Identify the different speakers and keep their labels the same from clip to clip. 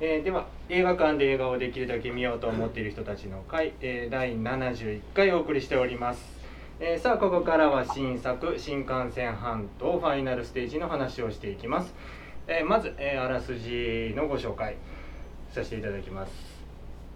Speaker 1: えーでは映画館で映画をできるだけ見ようと思っている人たちの会、えー第71回お送りしております、えーさあここからは新作「新幹線半島ファイナルステージ」の話をしていきます、えーまず、えーあらすじのご紹介させていただきます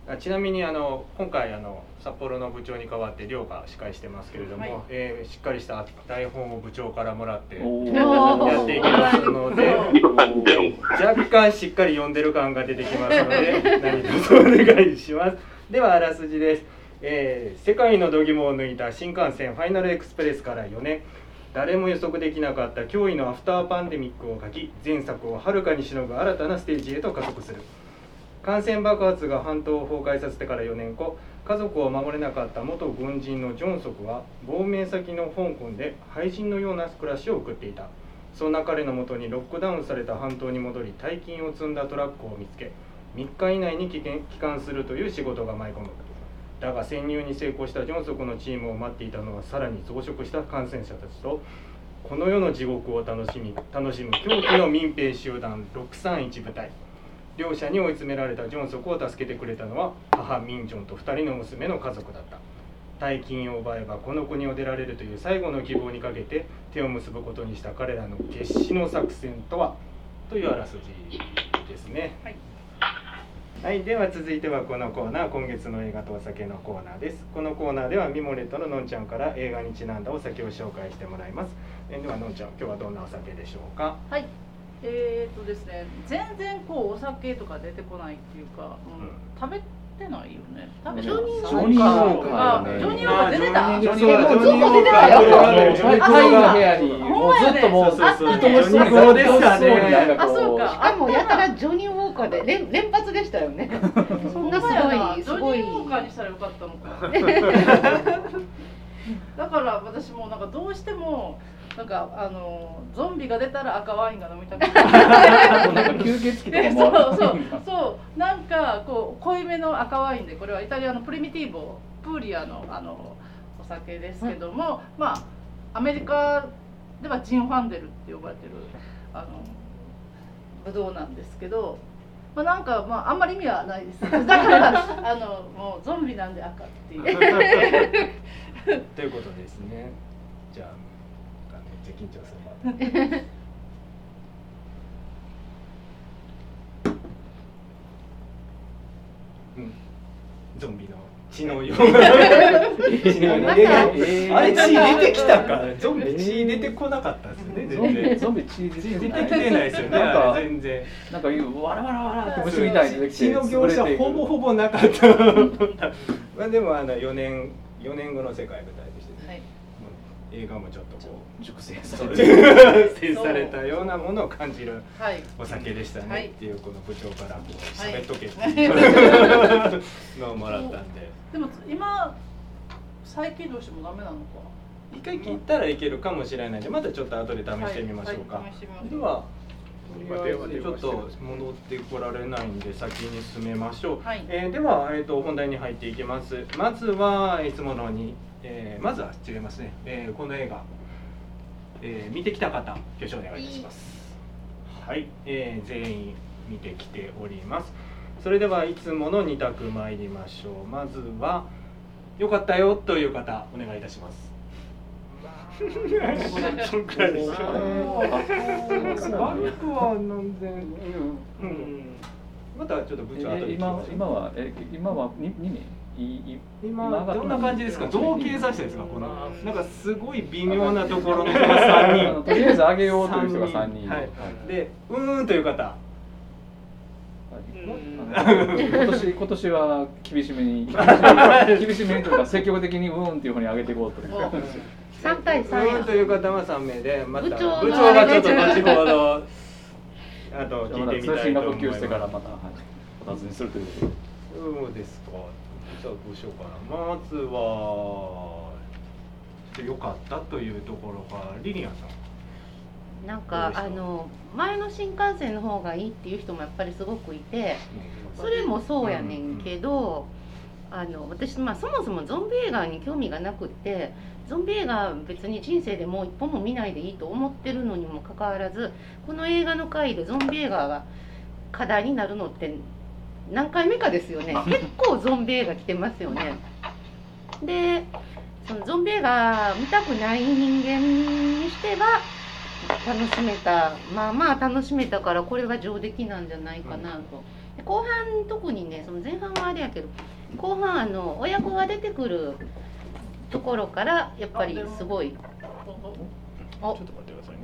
Speaker 1: あちなみにあの今回あの札幌の部長に代わって寮が司会してますけれども、
Speaker 2: はい
Speaker 1: えーしっかりした台本を部長からもらって
Speaker 3: おー
Speaker 2: お
Speaker 1: やっていきますので
Speaker 2: おー
Speaker 3: なんだよ
Speaker 1: 若干しっかり読んでる感が出てきますの で何卒お願いしますではあらすじです、えー世界の度肝を抜いた新幹線ファイナルエクスプレスから4年誰も予測できなかった脅威のアフターパンデミックを書き前作をはるかにしのぐ新たなステージへと加速する感染爆発が半島を崩壊させてから4年後家族を守れなかった元軍人のジョンソクは亡命先の香港で廃人のような暮らしを送っていたそんな彼のもとにロックダウンされた半島に戻り大金を積んだトラックを見つけ3日以内に帰還帰還するという仕事が舞い込むだが潜入に成功したジョンソクのチームを待っていたのはさらに増殖した感染者たちとこの世の地獄を楽しみ楽しむ狂気の民兵集団631部隊両者に追い詰められたジョンソクを助けてくれたのは母ミンジョンと2人の娘の家族だった大金を奪えばこの国を出られるという最後の希望にかけて手を結ぶことにした彼らの決死の作戦とはというあらすじですね
Speaker 2: はい、
Speaker 1: はいでは続いてはこのコーナー今月の映画とお酒のコーナーですこのコーナーではミモレットののんちゃんから映画にちなんだお酒を紹介してもらいますえではのんちゃん今日はどんなお酒でしょうか
Speaker 2: はい。えー、っとですね、全然こうお酒とか出てこないっていうか、うん
Speaker 1: うん
Speaker 2: 食べてないよね。食べ
Speaker 3: ジョニー
Speaker 2: ジ
Speaker 3: ジ
Speaker 2: ョ
Speaker 3: ョ
Speaker 2: ニ
Speaker 3: ニ
Speaker 2: ー
Speaker 3: ー
Speaker 2: ウ
Speaker 3: ウ
Speaker 2: ォ
Speaker 3: ォー
Speaker 2: ーカ
Speaker 3: カ
Speaker 2: ー
Speaker 3: ーだ
Speaker 2: が
Speaker 3: ね
Speaker 2: ジョニーウォ
Speaker 1: ジョニ
Speaker 3: ー
Speaker 2: ーカー出てた。
Speaker 3: ウォーカー
Speaker 2: もうずっと出てたよ。
Speaker 3: あ最高の部屋に、もうずっともう、
Speaker 1: そうそうそう
Speaker 3: 人の仕事ですよね。なんか
Speaker 2: あ、そう
Speaker 3: こ
Speaker 2: か。
Speaker 4: あもうやたらジョニー・ウォーカーで連連発でしたよ ね。そんなすごい
Speaker 2: ジ
Speaker 4: す
Speaker 2: ョ
Speaker 4: ごい
Speaker 2: ニー・ウォーカーにしたらよかったのか だから私もなんかどうしてもなんかあのゾンビが出たら赤ワインが飲みたくなる
Speaker 3: う、なんか吸血鬼
Speaker 2: で
Speaker 3: と
Speaker 2: そ
Speaker 3: かもあ
Speaker 2: う
Speaker 3: る。
Speaker 2: そうそうなんかこう濃いめの赤ワインでこれはイタリアのプリミティーボプーリアのあのお酒ですけども、まあアメリカではジンファンデルって呼ばれてるあのブドウなんですけど。まあ、なんか、まあ、あんまり意味はな いです。だから、あの、もうゾンビなんで赤 っていう。
Speaker 1: ということですね。じゃあ、なんかめっちゃ緊張するな。うん、ゾンビの血のような。血のような。
Speaker 4: えー
Speaker 1: えーあれ血出てきたか
Speaker 3: え。ー
Speaker 1: ゾンビ血出てこなかったですね。
Speaker 3: ゾ
Speaker 1: 全
Speaker 3: ンビ、
Speaker 1: 然。
Speaker 3: ゾンビ血
Speaker 1: 出
Speaker 3: 出て
Speaker 1: て
Speaker 3: ない
Speaker 1: きてないですよね。
Speaker 3: なんか
Speaker 1: あれ全然。
Speaker 3: なんかいう、わらわらわらって虫みたいに出てきて
Speaker 1: 血の描写ほぼほぼなか った。まあでもあの4年4年後の世界舞台としてね。
Speaker 2: はい。
Speaker 1: 映画もちょっとこう
Speaker 3: 熟成さ れてる。
Speaker 1: 制定されたようなものを感じる
Speaker 2: はい。
Speaker 1: お酒でしたね、
Speaker 2: はい
Speaker 1: っていうこの部長からこう
Speaker 2: はい
Speaker 1: 喋っとけっていう のをもらったんで
Speaker 2: でも、今。再起動してもダメなのか。
Speaker 1: 一回切ったらいけるかもしれないんでまたちょっと後で試してみましょうか、
Speaker 2: はいはい試してみましょう
Speaker 1: では
Speaker 5: 今
Speaker 1: とり
Speaker 5: 電
Speaker 1: あ
Speaker 5: 話で
Speaker 1: えずちょっと戻ってこられないんで先に進めましょう、
Speaker 2: はい
Speaker 1: えーでは、えー、と本題に入っていきますまずはいつものに、えーまずは違いますね、えーこの映画、えー見てきた方挙手お願いいたしますはい、えー全員見てきておりますそれではいつもの2択参りましょうまずは良かったよという方お願いいたしますそんくらいですかね悪くはなんで、うん、またちょっと部長後
Speaker 3: え
Speaker 1: で聞きま
Speaker 3: 今
Speaker 1: しょう
Speaker 3: 今はえ今はに二名いい
Speaker 1: 今どんな感じですかどう計算してるんですかこの
Speaker 5: うん
Speaker 1: なんかすごい微妙なとこ ろの3人
Speaker 3: とりあえずあげようという人が三人
Speaker 1: はいでうーんという方
Speaker 3: 今年今年は厳しめ に厳しめにというか積極的にうんっていうふうに上げていこうと。
Speaker 2: お
Speaker 4: 三対三
Speaker 1: う
Speaker 4: や
Speaker 1: ーんという方は三名でまた
Speaker 4: 部長の
Speaker 1: 部長がちょっと後ほどあと聞いてみ
Speaker 3: 通
Speaker 1: たい
Speaker 3: 信
Speaker 1: と
Speaker 3: が
Speaker 1: 思
Speaker 3: 復
Speaker 1: い
Speaker 3: 旧
Speaker 1: ま
Speaker 3: し
Speaker 1: す
Speaker 3: てからまたお尋ねするということで。
Speaker 1: そうですか。じゃあどうしようかな。まずは良かったというところがリリアンさん。
Speaker 4: なん
Speaker 1: どう
Speaker 4: か
Speaker 1: でした
Speaker 4: あの前の新幹線の方がいいっていう人もやっぱりすごくいて、それもそうやねんけど、あの私まあそもそもゾンビ映画に興味がなくって、ゾンビ映画別に人生でもう一本も見ないでいいと思ってるのにもかかわらず、この映画の回でゾンビ映画が課題になるのって何回目かですよ ね結構ゾンビ映画来てますよねでそのゾンビ映画見たくない人間にしては楽しめたまあまあ楽しめたからこれは上出来なんじゃないかなと、で後半特にねその前半はあれやけど後半あの親子が出てくるところからやっぱりすごい
Speaker 5: ち
Speaker 4: お
Speaker 5: ょっと待ってくださいね。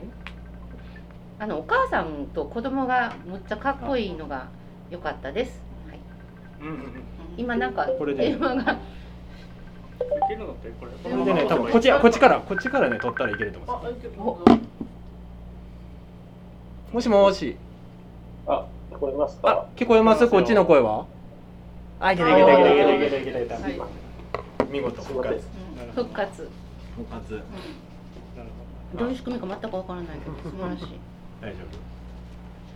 Speaker 4: あのお母さんと子供がむっちゃかっこいいのが良かったです、はい、
Speaker 1: うんうん
Speaker 4: 今なんか
Speaker 5: これで
Speaker 4: 電話が
Speaker 1: いけるのってこれ
Speaker 5: これでね、多分こっちこっちからこっちからね取ったらいけると思いま
Speaker 2: あ、え
Speaker 4: お
Speaker 5: す。もしもし。
Speaker 6: あ、聞こえます
Speaker 5: あ
Speaker 6: か。、
Speaker 5: 聞こえます？こっちの声は？あ、いけたいけたいけたいけたいけた。
Speaker 1: いけたいけたいけたいけたいけたいけたいけ
Speaker 2: は
Speaker 1: た見事
Speaker 6: すい
Speaker 1: 復
Speaker 6: ません
Speaker 1: 活。
Speaker 4: うん復活
Speaker 5: 復活。
Speaker 4: どういう仕組みか全くわからないけど素晴らしい
Speaker 1: 大丈
Speaker 7: ち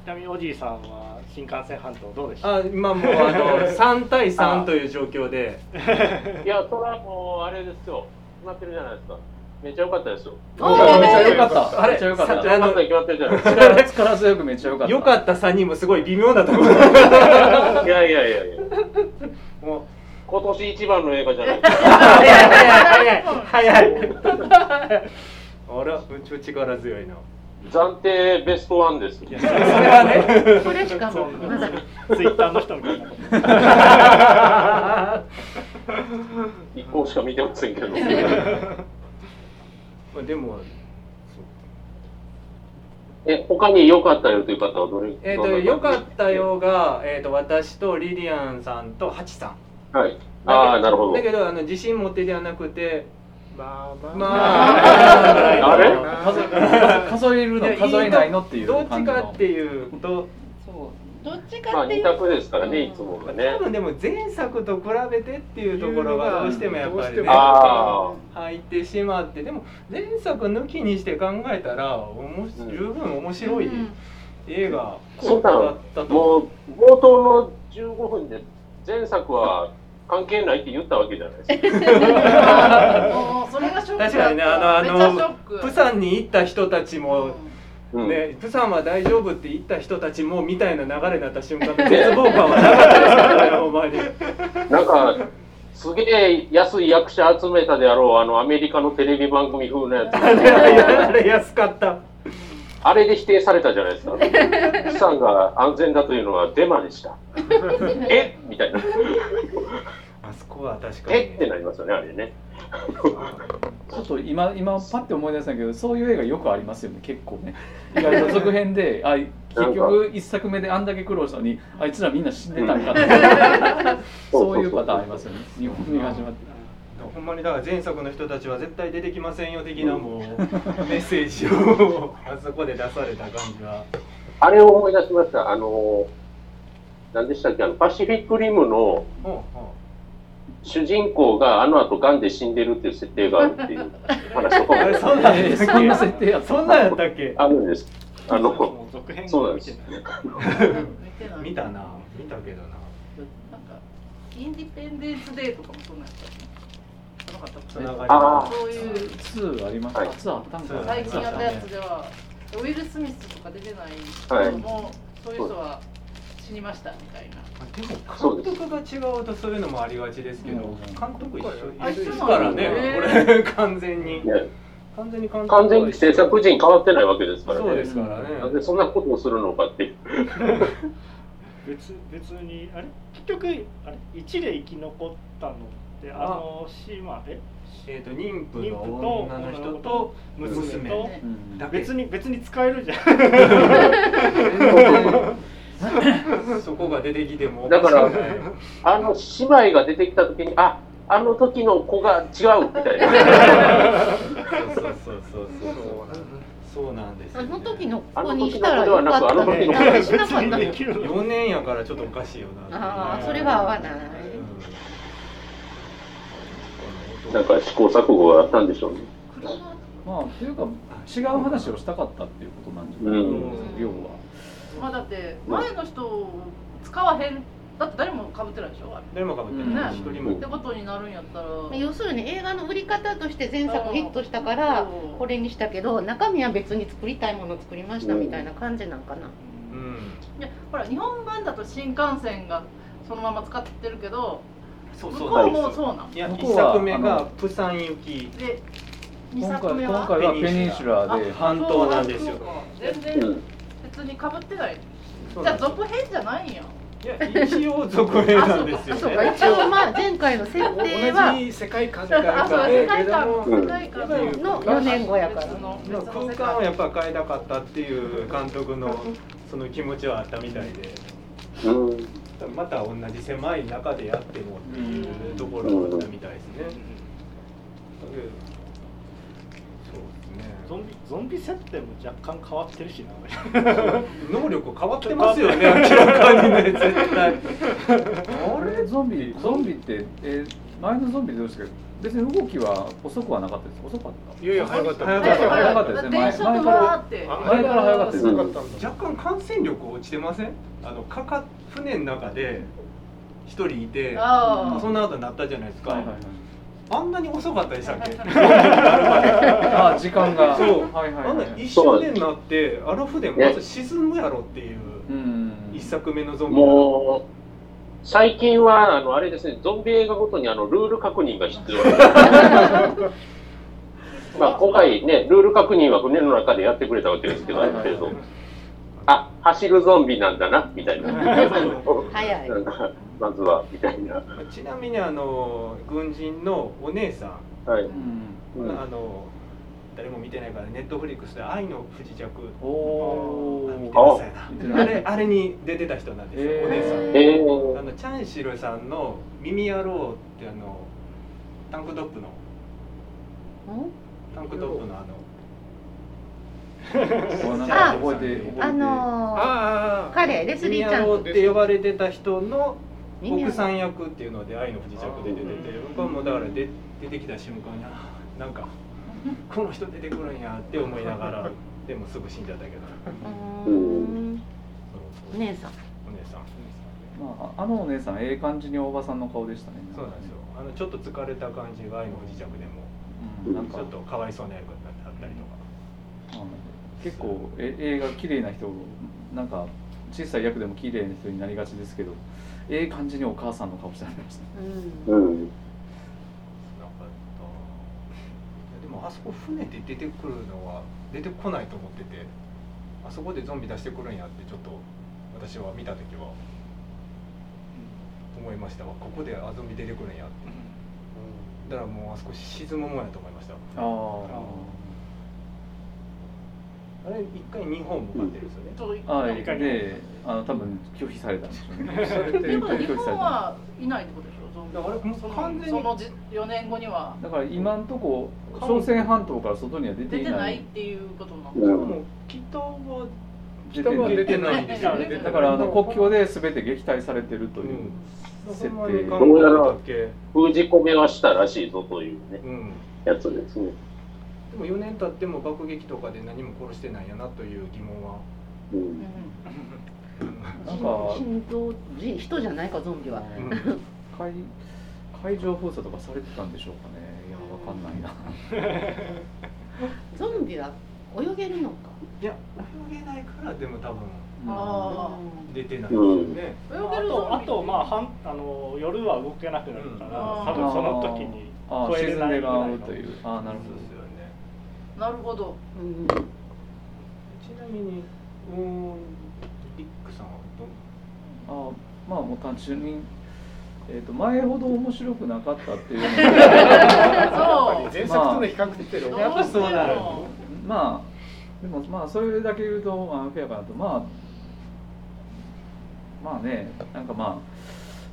Speaker 7: なみにおじいさんは新幹線半島どうでした
Speaker 1: 夫あ今もうあの三対三という状況で
Speaker 6: いや、それはもうあれですよ。決まってるじゃないですか。めっちゃ良かったですよ。
Speaker 4: お
Speaker 3: あ
Speaker 4: ー
Speaker 3: めっちゃ良かった。
Speaker 1: あれ
Speaker 3: めっちゃ良かっ
Speaker 1: さ
Speaker 3: た。
Speaker 6: 良かったに決まってるじゃないですか。
Speaker 3: 力力強くめっちゃ良かった。
Speaker 1: 良かった三人もすごい微妙なところ
Speaker 6: いやいやいやいや。
Speaker 1: もう
Speaker 6: 今年一番の映画じゃないですか。
Speaker 1: 早い早い早い早いあらうち力強いな
Speaker 6: 暫定ベストワンです。
Speaker 1: それは ね
Speaker 4: これしかもまだ
Speaker 7: ツイッターの人みたいなこと
Speaker 6: 一個しか見てませ んけど。
Speaker 1: まあでも
Speaker 6: え、他に良かったよという方はどれ？
Speaker 1: えっ、
Speaker 6: どん
Speaker 1: と
Speaker 6: な方
Speaker 1: 良かった。よが、えー、と私とリリアンさんとハチさん
Speaker 6: はい。ああ、なるほど。
Speaker 1: だけどあの自信持ってではなくて
Speaker 7: まあまあ、
Speaker 1: ま
Speaker 6: あ
Speaker 1: あ
Speaker 6: あれ
Speaker 3: 数数数えるの数えないのっていう
Speaker 1: どっ
Speaker 3: 感
Speaker 1: ち
Speaker 3: じの
Speaker 1: かっていうと
Speaker 4: そうどっち
Speaker 6: ま
Speaker 4: か
Speaker 6: あ
Speaker 4: ってい
Speaker 6: 二
Speaker 4: う
Speaker 6: 択ですからね、いつもがね
Speaker 1: 多。分でも前作と比べてっていうところがどうしてもやっぱりね
Speaker 6: あ
Speaker 1: 入ってしまってでも前作抜きにして考えたらおもし
Speaker 6: うん
Speaker 1: 十分面白い
Speaker 4: うん
Speaker 1: 映画
Speaker 6: そうだ
Speaker 1: だ
Speaker 6: ろ
Speaker 1: った
Speaker 6: あ、
Speaker 1: と
Speaker 6: もう冒頭の15分で前作は関係ないって言ったわけじゃないですか。
Speaker 2: もうそれがショックだっ
Speaker 1: 確
Speaker 2: た
Speaker 1: かにねあのあの
Speaker 2: めっちゃショック
Speaker 1: プサンに行った人たち
Speaker 2: う
Speaker 1: も
Speaker 2: ん、
Speaker 6: うん
Speaker 1: ね、プサンは大丈夫って言った人たちもみたいな流れになった瞬間の絶望感はなかったですから ねほんまに。
Speaker 6: なんか、すげえ安い役者集めたであろう、あの、アメリカのテレビ番組風な
Speaker 1: あれ
Speaker 6: やつ。
Speaker 1: 安かった。
Speaker 6: あれで否定されたじゃない ですか。資産が安全だというのはデマでした。えみたいな。
Speaker 1: あそこは確かに。
Speaker 6: えってなりますよね、あれね。
Speaker 3: ちょっと今今パッて思い出したんだけどそういう映画よくありますよね結構ね意外と続編であ結局一作目であんだけ苦労したのにあいつらみんな死んでたんか ってそういうパターンありますよね日本に始まって
Speaker 1: ほんまにだから前作の人たちは絶対出てきませんよ的なもうメッセージをあそこで出された感じは。
Speaker 6: あれを思い出しました。あの、何でしたっけ、あの、パシフィックリムの
Speaker 1: ほ
Speaker 6: 主人公があの後ガンで死んでるっていう設定があるっていう話と
Speaker 1: うほう
Speaker 6: か
Speaker 1: あれ
Speaker 6: も
Speaker 1: そんなんや
Speaker 3: えー
Speaker 1: ったっ
Speaker 3: そんな設
Speaker 1: け？
Speaker 3: 定やった
Speaker 1: そんなんやったっけ？
Speaker 6: あるん です。あの、
Speaker 7: もう続編
Speaker 6: そうなん
Speaker 7: を
Speaker 6: で
Speaker 7: 見
Speaker 6: す
Speaker 7: てない
Speaker 2: 見てない
Speaker 1: 見たな。見たけどな。
Speaker 2: なんかインディペンデンスデーとかもそんなんやったよねなかったっけ
Speaker 1: つながり
Speaker 6: あ
Speaker 1: が
Speaker 6: あ。
Speaker 2: そういう
Speaker 3: 2ありました、
Speaker 6: はい
Speaker 3: 2あったんかな
Speaker 2: 最近やったやつではウィル・スミスとか出てない
Speaker 6: は
Speaker 2: 人
Speaker 6: い
Speaker 2: も、そういう人は死にましたみたいな
Speaker 1: で
Speaker 6: そ
Speaker 1: も
Speaker 6: うで
Speaker 1: 監
Speaker 6: す
Speaker 1: 督が違うとそういうのもありがちですけど、
Speaker 3: うん
Speaker 1: 監督一緒
Speaker 2: あ一緒
Speaker 1: で
Speaker 2: な
Speaker 1: す
Speaker 2: んだ
Speaker 1: からね、
Speaker 2: へ
Speaker 1: これ完全に
Speaker 6: ね
Speaker 1: 完全に監督
Speaker 6: 完全に制作陣変わってないわけですからね。
Speaker 1: そうですからね。
Speaker 6: なんでそんなことをするのかっていう。
Speaker 7: 別別にあれ結局あれ一で生き残ったのってあの島え
Speaker 1: えっ、と妊婦
Speaker 7: 妊
Speaker 1: の
Speaker 7: 婦と
Speaker 1: 女の人と娘
Speaker 7: 娘と
Speaker 1: と
Speaker 3: うん
Speaker 1: だけ
Speaker 7: 別に別に使えるじゃん
Speaker 1: そこが出てきても
Speaker 6: だから
Speaker 1: おかしくない
Speaker 6: あの姉妹が出てきた時に、あ、あの時の子が違うみたいな。
Speaker 1: そうそうそうそうそうそうなんですよ
Speaker 4: あ
Speaker 1: ね
Speaker 4: の時の子にしたらよかった
Speaker 6: あの時の子では
Speaker 4: なん
Speaker 6: なく
Speaker 4: でし
Speaker 7: 別
Speaker 4: なかった
Speaker 7: にで
Speaker 4: の
Speaker 7: きるの
Speaker 1: 4年やからちょっとおかしいよな
Speaker 4: ああそれは合わない
Speaker 6: なんか試行錯誤があったんでしょうね。
Speaker 3: まあというか違う話をしたかったっていうことなんじゃない、
Speaker 6: うん
Speaker 3: 要は
Speaker 2: まあだって前の人を使わへんだって誰もかぶってないでしょあれ
Speaker 1: 誰もかぶってない
Speaker 2: ね
Speaker 1: 一人も
Speaker 2: ってことになるんやったら
Speaker 4: まあ要するに映画の売り方として前作ヒットしたからこれにしたけど中身は別に作りたいものを作りましたみたいな感じなんかな、
Speaker 1: うん
Speaker 2: いやほら日本版だと新幹線がそのまま使ってるけど
Speaker 1: そう
Speaker 2: 向
Speaker 1: そ
Speaker 2: こ
Speaker 1: うそ
Speaker 2: うも
Speaker 1: う
Speaker 2: そうなの
Speaker 1: いや
Speaker 3: 向こ
Speaker 1: 一
Speaker 3: うは
Speaker 1: 作目
Speaker 3: あ
Speaker 1: が
Speaker 3: の
Speaker 1: プサン行き
Speaker 2: で2
Speaker 3: 今
Speaker 2: 作
Speaker 3: 回
Speaker 2: 目
Speaker 3: 今
Speaker 2: は
Speaker 3: 回はペニンシュラーで
Speaker 1: あ半島なんですよ
Speaker 2: そうか全
Speaker 6: う
Speaker 2: 然
Speaker 6: ん
Speaker 2: 別にかぶってない
Speaker 1: そう
Speaker 2: じ
Speaker 1: な
Speaker 2: ゃ
Speaker 1: ん
Speaker 2: あ
Speaker 1: です
Speaker 2: 続編じゃないんや
Speaker 7: いや
Speaker 1: 一応続編なんですよ
Speaker 4: そう
Speaker 1: ね
Speaker 4: か一応まあ前回の設定は
Speaker 1: 同じ世界観で
Speaker 2: あそう世界観も
Speaker 6: うん
Speaker 2: 世界観
Speaker 1: う
Speaker 2: も
Speaker 1: ん
Speaker 4: の4年後やから
Speaker 2: 別の別の世
Speaker 1: 空
Speaker 2: 界
Speaker 1: 間をやっぱ変えたかったっていう監督の その気持ちはあったみたいで
Speaker 6: うん
Speaker 1: また同じ狭い中でやってもっていうところだったみたいですね。
Speaker 7: ゾ
Speaker 1: そう
Speaker 7: ンビゾンビ設定も若干変わってるしな俺
Speaker 1: ですね。能力変わってますよね 明らかにね絶 対。
Speaker 3: あれゾンビゾンビって、えー前のゾンビどうですけど別に動きは遅くはなかったです遅かった
Speaker 8: いやいや早かった
Speaker 1: 早
Speaker 2: はい
Speaker 1: かっ
Speaker 3: 早かったですね前
Speaker 2: 電車とわーって
Speaker 8: 前
Speaker 3: 前から早かったです
Speaker 6: ね
Speaker 8: かったん
Speaker 1: た
Speaker 8: だ
Speaker 1: 若干感染力落ちてません？あのかか船の中で一人いて。
Speaker 2: あ
Speaker 1: そんな後になったじゃないですか、
Speaker 3: はいはいはい
Speaker 1: あんなに遅かったでしたっけ
Speaker 3: あ時間 が
Speaker 1: そう
Speaker 3: はいはい
Speaker 1: あんな
Speaker 3: は
Speaker 1: い一緒になってあの船まず沈むやろっていう
Speaker 3: うん
Speaker 1: 一作目のゾンビ
Speaker 6: もう、最近は、あの、あれですね、ゾンビ映画ごとにあの、ルール確認が必 要です。まあ、今回ね、ルール確認は船の中でやってくれたわけですけど、ある程度。あ、走るゾンビなんだな、みたいな。
Speaker 4: 早い
Speaker 6: なんか、まずは、みたいな。
Speaker 1: ちなみにあの軍人のお姉さ
Speaker 6: は
Speaker 3: う
Speaker 6: い。
Speaker 3: ん
Speaker 1: ん、
Speaker 6: うん
Speaker 1: あの誰も見てないからネットフリックスで「愛の不時着」
Speaker 3: お
Speaker 1: あ見て
Speaker 3: お
Speaker 1: ましたよな
Speaker 3: 見てない
Speaker 1: あれあれに出てた人なんですよ、
Speaker 3: へー
Speaker 1: お姉さん
Speaker 6: えー
Speaker 1: あのチャンシルさんの「耳野郎」ってあのタンクトップのタンクトップのあの
Speaker 3: なんか覚えて覚えて
Speaker 4: あのー
Speaker 8: ああ
Speaker 4: 彼レス
Speaker 1: 耳
Speaker 4: リーちゃ
Speaker 1: 野
Speaker 4: ん
Speaker 1: 郎
Speaker 4: と
Speaker 1: って呼ばれてた人の
Speaker 4: 耳
Speaker 1: 奥
Speaker 4: を
Speaker 1: さん役っていうので「愛の不時着」で出てて僕はもうだからで出てきた瞬間にあーなんかこの人出てくるんやって思いながら でもすぐ死んじゃったけど
Speaker 4: うーんお姉さん
Speaker 1: お姉さん
Speaker 3: まあ、あのお姉さんええ感じにおばさんの顔でしたね
Speaker 1: そうなんですよあのちょっと疲れた感じが愛の不時着でも
Speaker 3: うんなん
Speaker 1: ち
Speaker 3: か
Speaker 1: ょっとかわいそうな役になってあったりとか
Speaker 3: うん結構え映画綺麗な人なんか小さい役でも綺麗な人になりがちですけどええ感じにお母さんの顔してありましたね
Speaker 4: うん
Speaker 6: うん。
Speaker 1: なかったいやでもあそこ船で出てくるのは出てこないと思っててあそこでゾンビ出してくるんやってちょっと私は見た時は思いましたわここであゾンビ出てくるんやってだからもうあそこ沈むもんやと思いました
Speaker 3: あ
Speaker 1: あれ一回日本向かってるんですよね、
Speaker 3: あはい
Speaker 7: 何かに
Speaker 3: であの多分拒否されたんでしょう ね
Speaker 2: ということは日本はいないってことでしょゾンビ
Speaker 1: だからもう
Speaker 2: その
Speaker 1: 完全に
Speaker 2: その4年後には
Speaker 3: だから今んとこ朝鮮半島から外には出て
Speaker 2: 出
Speaker 3: い
Speaker 2: て
Speaker 3: な
Speaker 2: ないっ
Speaker 3: い
Speaker 2: ていうことなの
Speaker 6: う
Speaker 1: も
Speaker 6: ん。
Speaker 1: う北は
Speaker 3: 出てな
Speaker 1: 出てないん
Speaker 3: い
Speaker 1: ですよね
Speaker 2: 出てない
Speaker 3: だからあの国境で全て撃退されてるという、設定
Speaker 1: ほんまに韓
Speaker 6: どう
Speaker 1: 国
Speaker 6: や
Speaker 1: だ
Speaker 6: ら
Speaker 1: け、
Speaker 6: 封じ込めはしたらしいぞというね、
Speaker 1: うん、
Speaker 6: やつですね。
Speaker 1: でも4年経っても爆撃とかで何も殺してないやなという疑問は
Speaker 6: う。
Speaker 4: うんん
Speaker 3: なんか
Speaker 4: 人道人人じゃないかゾンビは
Speaker 1: うん
Speaker 3: 海海上封鎖とかされてたんでしょうかねいやわかんないな
Speaker 4: ゾンビは泳げるのか
Speaker 1: いや泳げないからでも多分
Speaker 2: あー
Speaker 4: うん
Speaker 1: 出てないですよね、
Speaker 2: 泳
Speaker 7: あ
Speaker 2: げるゾンビ
Speaker 7: とあとまあはんあの夜は動けなくなるから、
Speaker 2: うん
Speaker 7: 多分その時に
Speaker 3: ああ
Speaker 7: 超え
Speaker 3: 沈
Speaker 7: れ
Speaker 3: ん
Speaker 7: な
Speaker 3: で
Speaker 7: いぐらい
Speaker 3: ま
Speaker 7: の
Speaker 3: うというああなるほ
Speaker 1: そうです
Speaker 3: ど
Speaker 1: よね
Speaker 2: なるほど
Speaker 4: うん
Speaker 1: ちなみにうーんリックさんはど
Speaker 3: ああまあもう単純に、えー、と前ほど面白くなかったっていうの
Speaker 2: そう
Speaker 8: 前作との比較って
Speaker 2: ど
Speaker 8: の
Speaker 2: う
Speaker 8: は
Speaker 1: やっぱそうなる
Speaker 3: まあでもまあそれだけ言うとまあフェアかなとまあまあねなんかまあ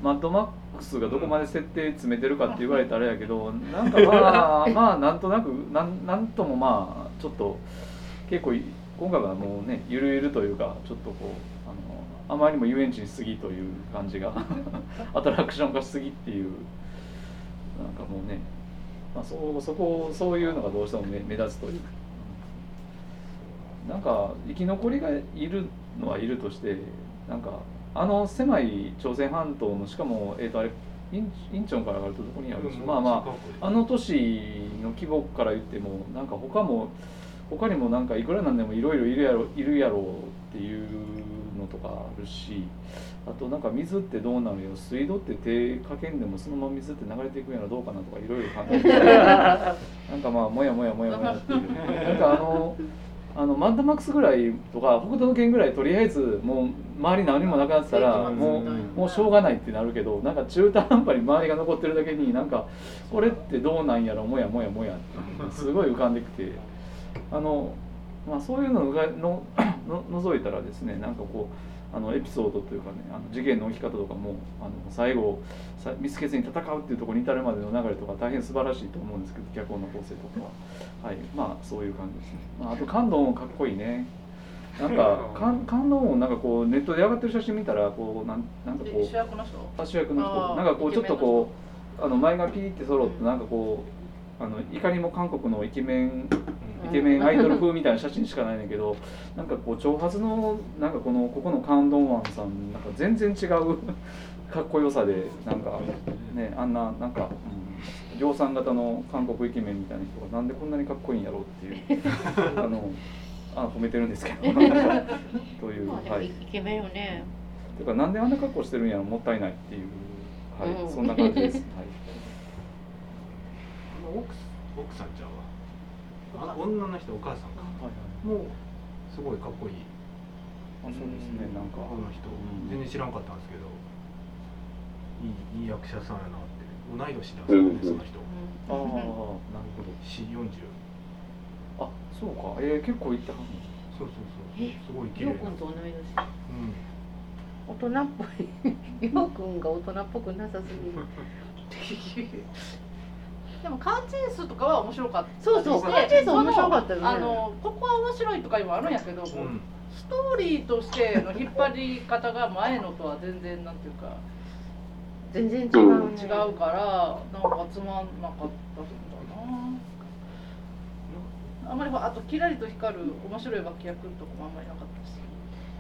Speaker 3: マッドマックスがどこまで設定詰めてるかって言われたらあれやけどなんかまあまあなんとなくなんなんともまあちょっと結構い今回はもうねゆるゆるというかちょっとこうあのあまりにも遊園地に過ぎという感じ がアトラクションが過ぎっていうなんかもうね、まあ、そうそこそういうのがどうしても目目立つというなんか生き残りがいるのはいるとしてなんかあの狭い朝鮮半島のしかもえっ、とあれインインチョンから上がるとどこにあるんでしょうまあまああの都市の規模から言ってもなんか他も他にもなんかいくらなんでもいろいろいるやろいるやろうっていうのとかあるしあとなんか水ってどうなのよ水道って手かけんでもそのまま水って流れていくんやろどうかなとかいろいろ考えてなんかまあもやもやもやもやっていうなんかあのあのマッドマックスぐらいとか北斗の拳ぐらいとりあえずもう周り何もなくなってたらもうもうしょうがないってなるけどなんか中途半端に周りが残ってるだけになんかこれってどうなんやろもやもやもやってすごい浮かんできてあの、まあ、そういうのがの の覗いたらですねなんかこうあのエピソードというかねあの事件の起き方とかもあの最後さ見つけずに戦うっていうところに至るまでの流れとか大変素晴らしいと思うんですけど脚本の構成とかは、はい、まあそういう感じですね、まあ、あと感動もかっこいいねなんか感感動もなんかこうネットで上がってる写真見たらこうなんなんかこう
Speaker 2: 主役の人
Speaker 3: 主役の
Speaker 2: あ
Speaker 3: 人
Speaker 2: ー
Speaker 3: なんかこう
Speaker 2: イ
Speaker 3: ちょ
Speaker 2: ケ
Speaker 3: っ
Speaker 2: メンの人
Speaker 3: とこうあの前がピーって揃って
Speaker 4: うん
Speaker 3: なんかこうあのいかにも韓国のイケメンイケメンアイドル風みたいな写真しかないんだけどなんかこう長髪のなんかこのここのカンドンワンさんなんか全然違う かっこよさでなんかねあんななんか、うん、量産型の韓国イケメンみたいな人がなんでこんなにかっこいいんやろうっていう あのあ褒めてるんです けどという
Speaker 4: まあで
Speaker 3: は
Speaker 4: も
Speaker 3: い
Speaker 4: イ。ケメンよね。
Speaker 3: てかなんであんな格好してるんやろもったいないっていう、はい
Speaker 4: うん
Speaker 3: そんな感 じです、はい、
Speaker 1: 奥さん奥さんちゃうわあ女の人お母さんかもうすごいかっこいい
Speaker 3: あそうですねなんか
Speaker 1: この人
Speaker 3: うん
Speaker 1: 全然知らんかったんですけどいいいい役者さんやなって同い年だった
Speaker 6: うん
Speaker 1: ん
Speaker 6: う
Speaker 1: で
Speaker 6: ん
Speaker 1: すよねその人
Speaker 3: ああなるほ
Speaker 1: C40
Speaker 3: どあそうかえー、結構いったはんの
Speaker 1: そうそうそう
Speaker 4: え
Speaker 1: すごい綺
Speaker 4: りょ
Speaker 1: 麗
Speaker 4: うく
Speaker 1: なうん
Speaker 4: と同い
Speaker 1: ん
Speaker 4: 年。大人っぽ い。りょうくんが大人っぽくなさすぎる。
Speaker 2: でもカーチェイスとかは面白かった
Speaker 4: そうそう、カ
Speaker 2: で
Speaker 4: ーチェイス面白かったよね。
Speaker 2: あのここは面白いとか今あるんやけど、
Speaker 1: うん
Speaker 2: ストーリーとしての引っ張り方が前のとは全然なんていうか
Speaker 4: 全然違う、ね。
Speaker 2: 違うからなんかつまんなかったんだなあんまりほあとキラリと光る面白い脇役とかもあんまりなかったし、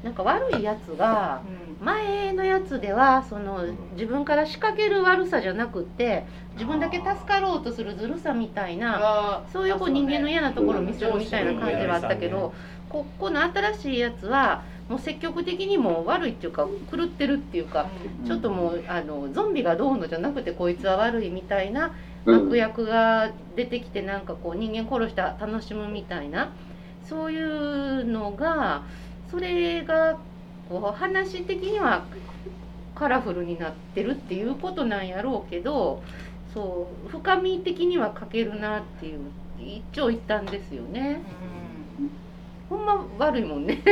Speaker 4: なんか悪いやつ
Speaker 2: う
Speaker 4: が。前のやつではその
Speaker 1: うん
Speaker 4: 自分から仕掛ける悪さじゃなくて自分だけ助かろうとするずるさみたい
Speaker 2: ん、
Speaker 4: な
Speaker 2: あー
Speaker 4: そういうこう
Speaker 2: あ
Speaker 4: 人間の嫌なところを見せる
Speaker 2: うん
Speaker 4: みたいな感じはあったけど、ここの新しいやつはもう積極的にもう悪いっていうか狂ってるっていうか、
Speaker 2: う
Speaker 4: ちょっともうあのゾンビがどうのじゃなくてこいつは悪いみたいな
Speaker 6: うん
Speaker 4: 悪役が出てきてなんかこう人間殺した楽しむみたいなそういうのがそれがこう話的にはカラフルになってるっていうことなんやろうけどそう深み的には欠けるなっていう一長一短ですよね。ほんま悪いもんね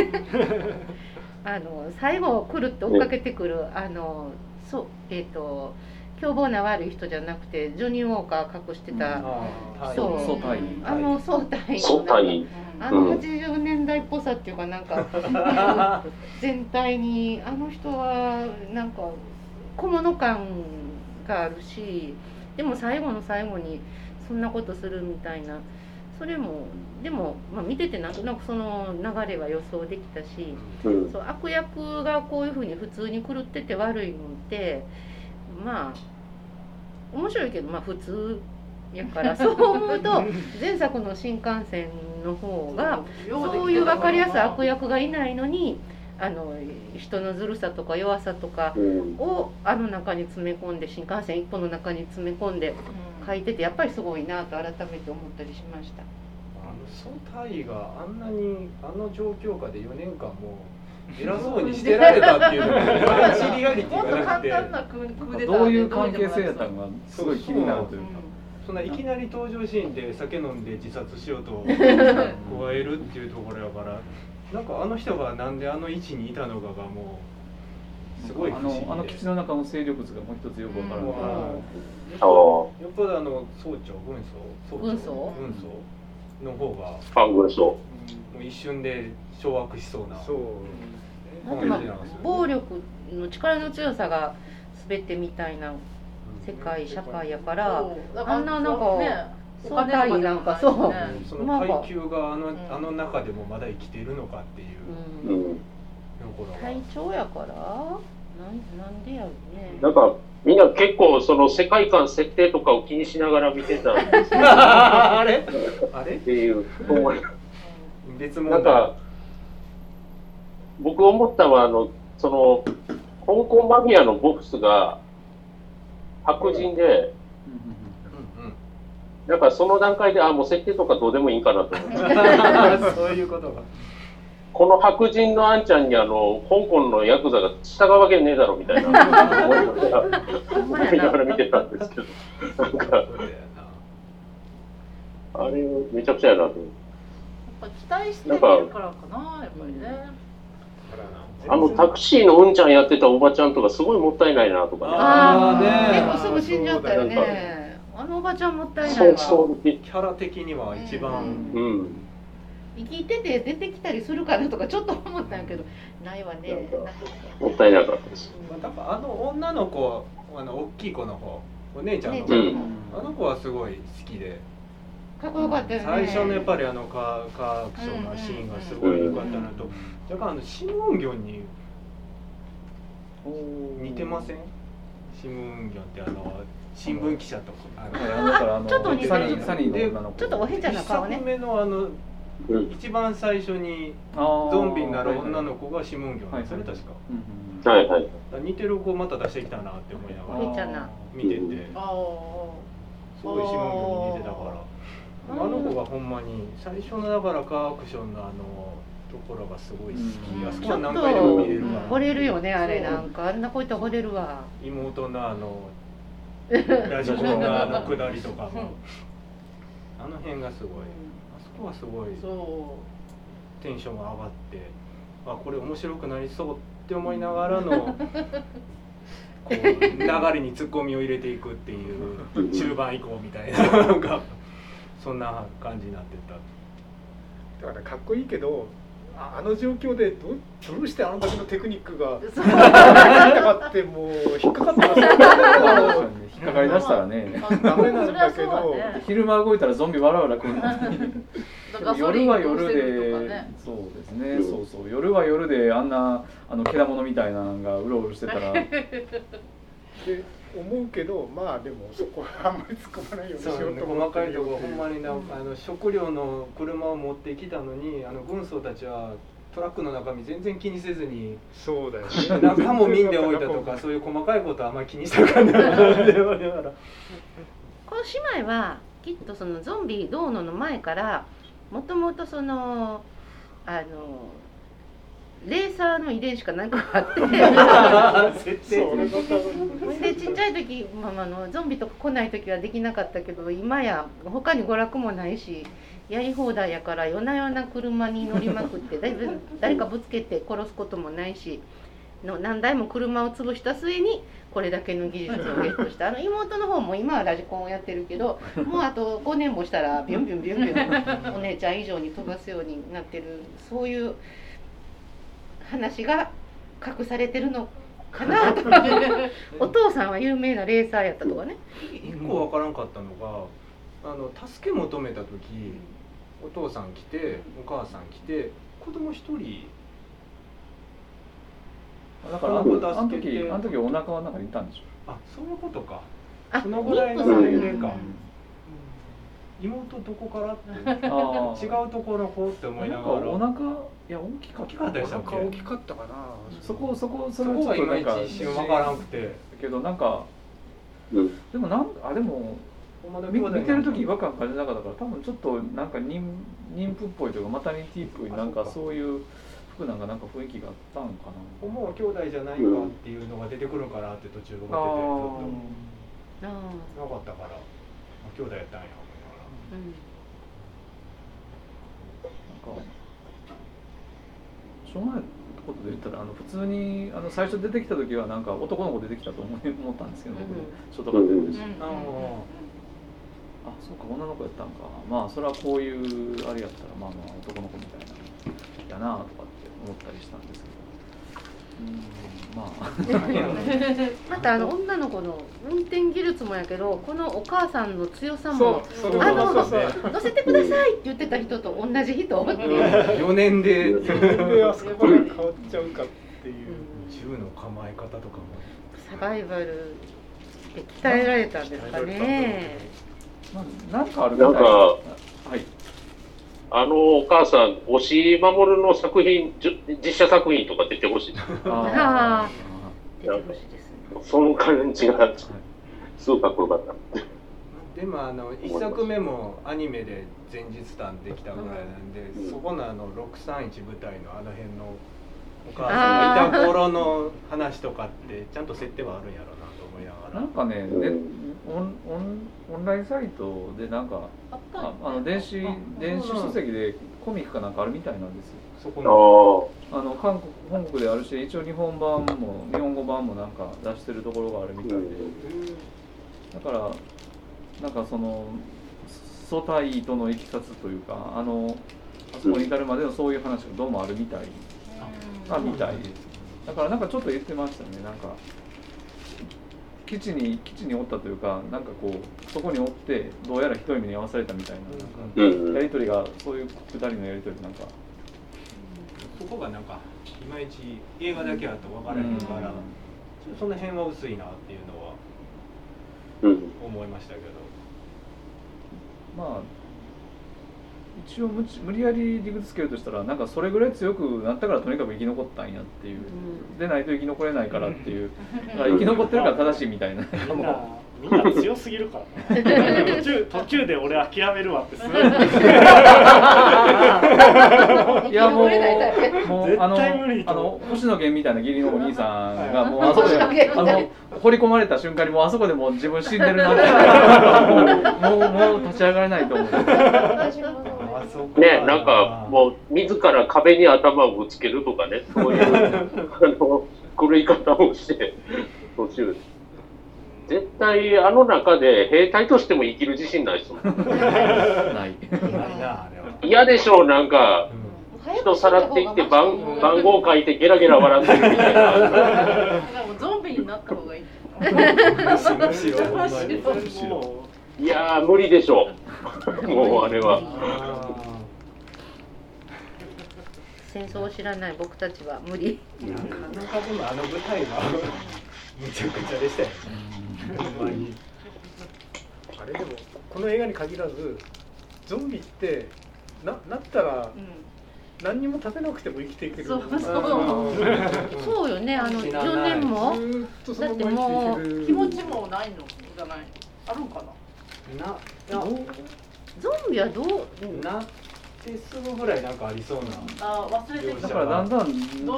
Speaker 4: あの最後くるって追っかけてくる、あのそうえっ、と凶暴な悪い人じゃなくてジョニー・ウォーカー隠してた、
Speaker 1: あー
Speaker 4: そう
Speaker 1: はい
Speaker 3: 相対員
Speaker 4: あの相対の
Speaker 6: 相対員
Speaker 4: あ
Speaker 6: う
Speaker 4: の
Speaker 6: ん
Speaker 4: 80年代っぽさっていうかなんか 全体にあの人はなんか小物感があるしでも最後の最後にそんなことするみたいなそれもでも、まあ、見ててなんとなくその流れは予想できたし
Speaker 6: うん
Speaker 4: そう悪役がこういうふうに普通に狂ってて悪いのってまあ面白いけどまあ普通や からそう思うと前作の新幹線の方がそういう分かりやすい悪役がいないのにあの人のずるさとか弱さとか
Speaker 6: うん
Speaker 4: をあの中に詰め込んで新幹線一個の中に詰め込んで書いててやっぱりすごいなと改めて思ったりしました。
Speaker 1: あの総体があんなにあの状況下で4年間もう偉そうにしてられたっていう のがそれはシリアリテ
Speaker 2: もっ
Speaker 1: ィ
Speaker 2: と
Speaker 1: がな
Speaker 2: 簡
Speaker 1: くて
Speaker 2: 単なクーデターで
Speaker 3: どういう関係性やった
Speaker 2: ん
Speaker 3: のがすごい気になるというか
Speaker 1: そんないきなり登場シーンで酒飲んで自殺しようと加えるっていうところやからなんかあの人がなんであの位置にいたのかがもうすごい不
Speaker 3: あ
Speaker 1: 思議で
Speaker 3: のあの基地の中の勢力図がもう一つよくわからない、
Speaker 1: うん
Speaker 3: は
Speaker 6: ああ
Speaker 1: よっぽどあの総長軍曹
Speaker 4: 軍曹
Speaker 1: 軍曹の方が
Speaker 6: ファン軍曹
Speaker 1: もう一瞬で掌握しそうな
Speaker 8: そう
Speaker 4: だって
Speaker 1: 感じ
Speaker 4: ま
Speaker 1: なん
Speaker 4: あ
Speaker 1: ですよね
Speaker 4: 暴力の力の強さが全てみたいな世界社会やから。あんななんか相対になんかそう
Speaker 1: その階級があのあの中でもまだ生きてるのかっていう
Speaker 4: う
Speaker 6: うんん
Speaker 1: ところが、
Speaker 4: 体調やからなんなんでやろね
Speaker 6: なんかみんな結構その世界観設定とかを気にしながら見てたっ
Speaker 1: あれあれ
Speaker 6: ていう思い
Speaker 1: 別問
Speaker 6: な
Speaker 1: 題
Speaker 6: んか僕思ったのは、あの、その、香港マフィアのボックスが白人で、なんかその段階で、あ、もう設定とかどうでもいいかなと思って。
Speaker 1: そういうことが。
Speaker 6: この白人のあんちゃんにあの、香港のヤクザが従うわけねえだろみたいな思いながら、思いながら見てたんですけど、なんか、あれめちゃくちゃやなと思って。
Speaker 2: ぱ期待してるからかなやっぱりね。
Speaker 6: あのタクシーのうんちゃんやってたおばちゃんとかすごいもったいないなとか
Speaker 4: あ
Speaker 3: あーね
Speaker 4: ー結構すぐ死んじゃったよねあのおばちゃんもった
Speaker 6: ね。
Speaker 4: いないわ
Speaker 6: う。
Speaker 1: キャラ的には一番。
Speaker 6: うん。
Speaker 4: 生きてて出てきたりするかなとかちょっと思ったんやけどないわね
Speaker 6: なんかもったいなかったです。
Speaker 1: 多分あの女の子、あの大きい子の方、お姉ちゃんの
Speaker 6: う
Speaker 1: 方。
Speaker 6: ん
Speaker 1: あの子はすごい好きで、
Speaker 4: かっこよかったよね
Speaker 1: 最初のやっぱりあのカーカーアクションのシーンがすごい良かったのと、若干あのシムウンギョンに似てません？シムウンギョンってあの新聞記者とか、あの
Speaker 3: ち
Speaker 4: ちょっと似てる
Speaker 3: サニーサニーの女の子
Speaker 4: ちょっとおへちゃな
Speaker 1: 一
Speaker 4: 顔ね
Speaker 1: 作目のあの
Speaker 6: うん。
Speaker 1: 一番最初にゾ
Speaker 3: ゾ
Speaker 1: ンビになる女の子がシムウンギョンなんですよね
Speaker 3: はい
Speaker 1: 確か。
Speaker 6: はいはい。
Speaker 1: だから似てる子また出してきたなって思いなが
Speaker 4: お
Speaker 1: ら
Speaker 4: へちゃな
Speaker 1: 見てて、す
Speaker 2: ああ。
Speaker 1: ごいシムウンギョンに似てたから。あ
Speaker 4: ー
Speaker 1: の子がほんまに最初のだからカーアクションのあのところがすごい好き
Speaker 4: う
Speaker 1: あ
Speaker 4: ん
Speaker 1: そ
Speaker 4: ち
Speaker 1: こ
Speaker 4: ょ
Speaker 1: は
Speaker 4: っと
Speaker 1: 何回でも見れるか
Speaker 4: 惚
Speaker 1: ら
Speaker 4: れるよねあれなんかあんな子いたら惚れるわ
Speaker 1: 妹のあのラジコンのあのくだりとかもあの辺がすごいあそこはすごい
Speaker 2: そ
Speaker 1: テンションが上がってあこれ面白くなりそうって思いながらのこう流れにツッコミを入れていくっていう中盤以降みたいななんかそんな感じになってた。
Speaker 8: だからかっこいいけどああの状況でどどうしてあのだけのテクニックが
Speaker 4: そう
Speaker 8: 引っかかってもう引っかかってますよ
Speaker 3: そうですね引っかかりだしたら
Speaker 2: う。
Speaker 3: ね
Speaker 2: まあ
Speaker 8: ダメなん
Speaker 2: それは
Speaker 8: だ
Speaker 2: そ
Speaker 8: け
Speaker 2: うだ
Speaker 8: ど
Speaker 2: ね。
Speaker 3: 昼間動いたらゾンビわらわら来るのに
Speaker 2: だからガソ
Speaker 3: 夜
Speaker 2: リン
Speaker 3: は
Speaker 2: をどう
Speaker 3: 夜
Speaker 2: してるとか
Speaker 3: で
Speaker 2: ね。
Speaker 3: そうですね
Speaker 6: うん
Speaker 3: そうそう夜は夜であんなあのけだものみたいなのがうろうろしてたら
Speaker 8: って思うけどまあでもそこはあんまり突っ込まないようにし
Speaker 1: そう
Speaker 8: よう
Speaker 1: ね
Speaker 8: と思
Speaker 1: 細
Speaker 8: って
Speaker 1: かい
Speaker 8: る
Speaker 1: とこ
Speaker 8: よ
Speaker 1: ろほんまになあの食料の車を持ってきたのにあの軍曹たちはトラックの中身全然気にせずに
Speaker 8: そうだよね
Speaker 1: 中も見んでおいたと かそういう細かいことはあんまり気にしたかんない
Speaker 4: この姉妹はきっとそのゾンビどうのの前からもともとそのあのレーサーの遺伝子かなんかがあって
Speaker 1: 設
Speaker 8: そう
Speaker 1: 定
Speaker 8: 俺の多 分
Speaker 4: でちっちゃい時、まあ、あのゾンビとか来ない時はできなかったけど今や他に娯楽もないしやり放題やから夜な夜な車に乗りまくってだい ぶ誰かぶつけて殺すこともないしの何台も車を潰した末にこれだけの技術をゲットしたあの妹の方も今はラジコンをやってるけどもうあと5年もしたらビュンビュンビュンビュンお姉ちゃん以上に飛ばすようになってるそういう話が隠されてるのかなとお父さんは有名なレーサーやったとかね。
Speaker 1: 一個わからんかったのがあの助け求めた時お父さん来てお母さん来て子供一人
Speaker 3: だからあのあの時あの時お腹の中にいたんでしょ
Speaker 1: あそういうことか
Speaker 4: あ、
Speaker 1: そのぐらいの
Speaker 4: 妊婦さん
Speaker 1: 年齢か
Speaker 4: うん
Speaker 1: 妹どこからって
Speaker 3: あー
Speaker 1: 違うところの方って思いな
Speaker 3: なん
Speaker 1: が
Speaker 3: からお腹いや大きかっ
Speaker 1: 大きか
Speaker 3: た
Speaker 1: ったでしたっ
Speaker 8: お
Speaker 1: け
Speaker 8: 腹大きかったかな
Speaker 3: そこそこそ
Speaker 1: そ
Speaker 3: れは
Speaker 1: こ
Speaker 3: ちょ
Speaker 1: がいま
Speaker 3: っとなん
Speaker 1: い
Speaker 3: か
Speaker 1: ち一瞬わからんくて
Speaker 3: けどなんか
Speaker 6: うん。
Speaker 3: でもなんあでも見見てる時違和感感じなかったから多分ちょっとなんか妊妊婦っぽいというかマタニティっぽいなんかそういう服なんかなんか雰囲気があったんかな
Speaker 1: 思う兄弟じゃないかっていうのが出てくるんかなって途中思っててち
Speaker 4: あ
Speaker 1: ょっとなかったからあ兄弟やったんや
Speaker 4: ーうん
Speaker 3: なんかしょうがないことで言ったらあの普通にあの最初出てきた時はなんか男の子出てきたと思い思ったんですけど、僕
Speaker 4: うん
Speaker 3: ショートカットで
Speaker 4: うん
Speaker 3: し、
Speaker 4: うん
Speaker 1: 思
Speaker 3: あそうか女の子やったんかまあそれはこういうあれやったらまあまあ男の子みたいなやなとかって思ったりしたんですけどうーんまあ
Speaker 4: またあの女の子の運転技術もやけどこのお母さんの強さ
Speaker 8: そ
Speaker 4: も
Speaker 8: うそうそう
Speaker 4: あの
Speaker 8: そうそう
Speaker 4: 乗せてくださいって言ってた人と同じ人って
Speaker 1: から
Speaker 4: いう
Speaker 1: 4年で
Speaker 8: それであそこまで変わっちゃうかっていう
Speaker 1: 銃の構え方とかも
Speaker 4: サバイバルで鍛えられたんですかね
Speaker 3: まあなんかあるみた
Speaker 6: ないんか
Speaker 3: はい
Speaker 6: あのお母さん、押井守の作品、じゅ実写作品とか出てほしい。
Speaker 3: あ
Speaker 4: あー出てほしいですね
Speaker 6: その感じが、すごいかっこよかった。
Speaker 1: でもあの1作目もアニメで前日談できたぐらいなんで、
Speaker 6: うん
Speaker 1: そこのあの631舞台のあの辺のお母さんがいた頃の話とかってちゃんと設定はあるんやろうなと思いな
Speaker 3: ー
Speaker 1: が
Speaker 3: な
Speaker 1: ら
Speaker 3: ん。かね、
Speaker 6: うん
Speaker 3: ねオンオンオンラインサイトでなんか
Speaker 2: あった
Speaker 3: ああの電子電子書籍でコミックかなんかあるみたいなんです
Speaker 1: そ
Speaker 3: よ
Speaker 1: こ
Speaker 6: あ
Speaker 1: の
Speaker 3: あ
Speaker 6: ー
Speaker 3: の韓国本国であるし一応日本版も日本語版もなんか出してるところがあるみたいで、だからなんかその素体とのいきさつというかあのあそこに至るまでのそういう話がどうもあるみたいあみたいですだからなんかちょっと言ってましたねなんか基地に基地におったというかなんかこうそこにおってどうやらひどい目に遭わされたみたいななんか
Speaker 6: うん
Speaker 3: やり取りがそういう二人のやり取りなんか
Speaker 1: そこがなんかいまいち映画だけやと分からへんから、その辺は薄いなっていうのは
Speaker 6: うん
Speaker 1: 思いましたけど。
Speaker 3: まあ一応無知無理やり理屈つけるとしたらなんかそれぐらい強くなったからとにかく生き残ったんやっていう、でないと生き残れないからっていう、だから生き残ってるから正しいみ たいな
Speaker 7: みんなみんな強すぎるからな途中途中で俺諦めるわってすごい
Speaker 2: 生
Speaker 3: い
Speaker 2: き
Speaker 3: やも
Speaker 2: 残れないタイ
Speaker 3: うもう
Speaker 7: 絶
Speaker 3: あの
Speaker 7: 対無理と
Speaker 3: あの星野源みたいな義理のお兄さんがもうあそこ
Speaker 4: 星
Speaker 3: で
Speaker 4: 野源
Speaker 3: あ
Speaker 4: みたい
Speaker 3: の掘り込まれた瞬間にもうあそこでもう自分死んでる なってもうもうもう立ち上がれないと思う。
Speaker 1: あそこ
Speaker 6: ね、なんかもう自ら壁に頭をぶつけるとかね、そういうあの狂い方をして途中絶対あの中で兵隊としても生きる自信ない人
Speaker 3: ない。
Speaker 1: ないなあれは。
Speaker 6: 嫌でしょうなんか人さらっていって番番号書いてゲラゲラ笑ってるみたいな
Speaker 2: だからもうゾンビになった方がいい。
Speaker 1: うんむしろほんまに
Speaker 7: も
Speaker 6: いやー無理でしょうもうあれは
Speaker 1: あ
Speaker 4: 戦争を知らない僕たちは無理
Speaker 1: ーなかなかでもあの舞台はむちゃくちゃでしたよ。ほんまに
Speaker 8: あれでもこの映画に限らずゾンビってななったら
Speaker 2: う
Speaker 8: 何にも食べなくても生きていけ
Speaker 2: ん。
Speaker 8: る
Speaker 2: そうそう。
Speaker 1: う
Speaker 4: そうよねあの
Speaker 1: 知らない
Speaker 4: 4年も
Speaker 8: ずーっとそ
Speaker 4: だっ
Speaker 8: の
Speaker 4: て
Speaker 8: ま
Speaker 4: も
Speaker 8: ま生きて
Speaker 4: う
Speaker 8: いける
Speaker 2: 気持ちもないのじゃない。あるんかな。
Speaker 1: んな
Speaker 4: どうゾンビはどう、うん
Speaker 1: なってすぐぐらいなんかありそうな。
Speaker 2: あ忘れてき
Speaker 3: だ
Speaker 2: た
Speaker 3: からだんだ
Speaker 2: 動
Speaker 3: ん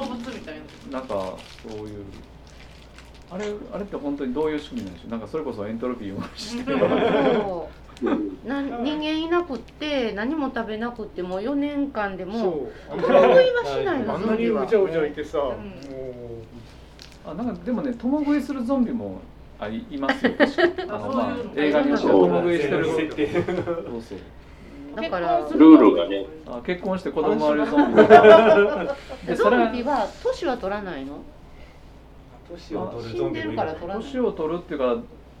Speaker 2: 物みたいな。
Speaker 3: なんかそういうあれあれって本当にどういう仕組みなんでしょうなんかそれこそエントロピーをして
Speaker 4: そ
Speaker 6: うん
Speaker 4: うな人間いなくって何も食べなくってもう4年間で
Speaker 8: そ
Speaker 4: も
Speaker 8: う
Speaker 4: 食いはしない
Speaker 8: あ
Speaker 4: の
Speaker 8: んな
Speaker 4: ゾン
Speaker 8: に
Speaker 4: ビは
Speaker 8: うじゃうじゃいてさ、
Speaker 2: ん
Speaker 8: も
Speaker 3: あなんかでもね共食いするゾンビもあいいますよ確か あの、ま
Speaker 2: そういう
Speaker 3: あ、
Speaker 2: の
Speaker 3: 映画によっては共食いしてる
Speaker 1: 全部設定
Speaker 3: そうそう
Speaker 4: だから
Speaker 2: 結婚す
Speaker 6: ル
Speaker 2: る
Speaker 6: ールがね
Speaker 3: あ結婚して子供生まれるゾ ンビで
Speaker 4: ゾ
Speaker 3: それ
Speaker 4: ンビは年は取らないの
Speaker 1: 年を取る
Speaker 4: 死
Speaker 1: ゾ
Speaker 4: ん
Speaker 1: ンビ
Speaker 4: で
Speaker 1: も
Speaker 4: る
Speaker 1: い
Speaker 4: か
Speaker 1: る
Speaker 4: ら取らない
Speaker 3: 年を取るっていうか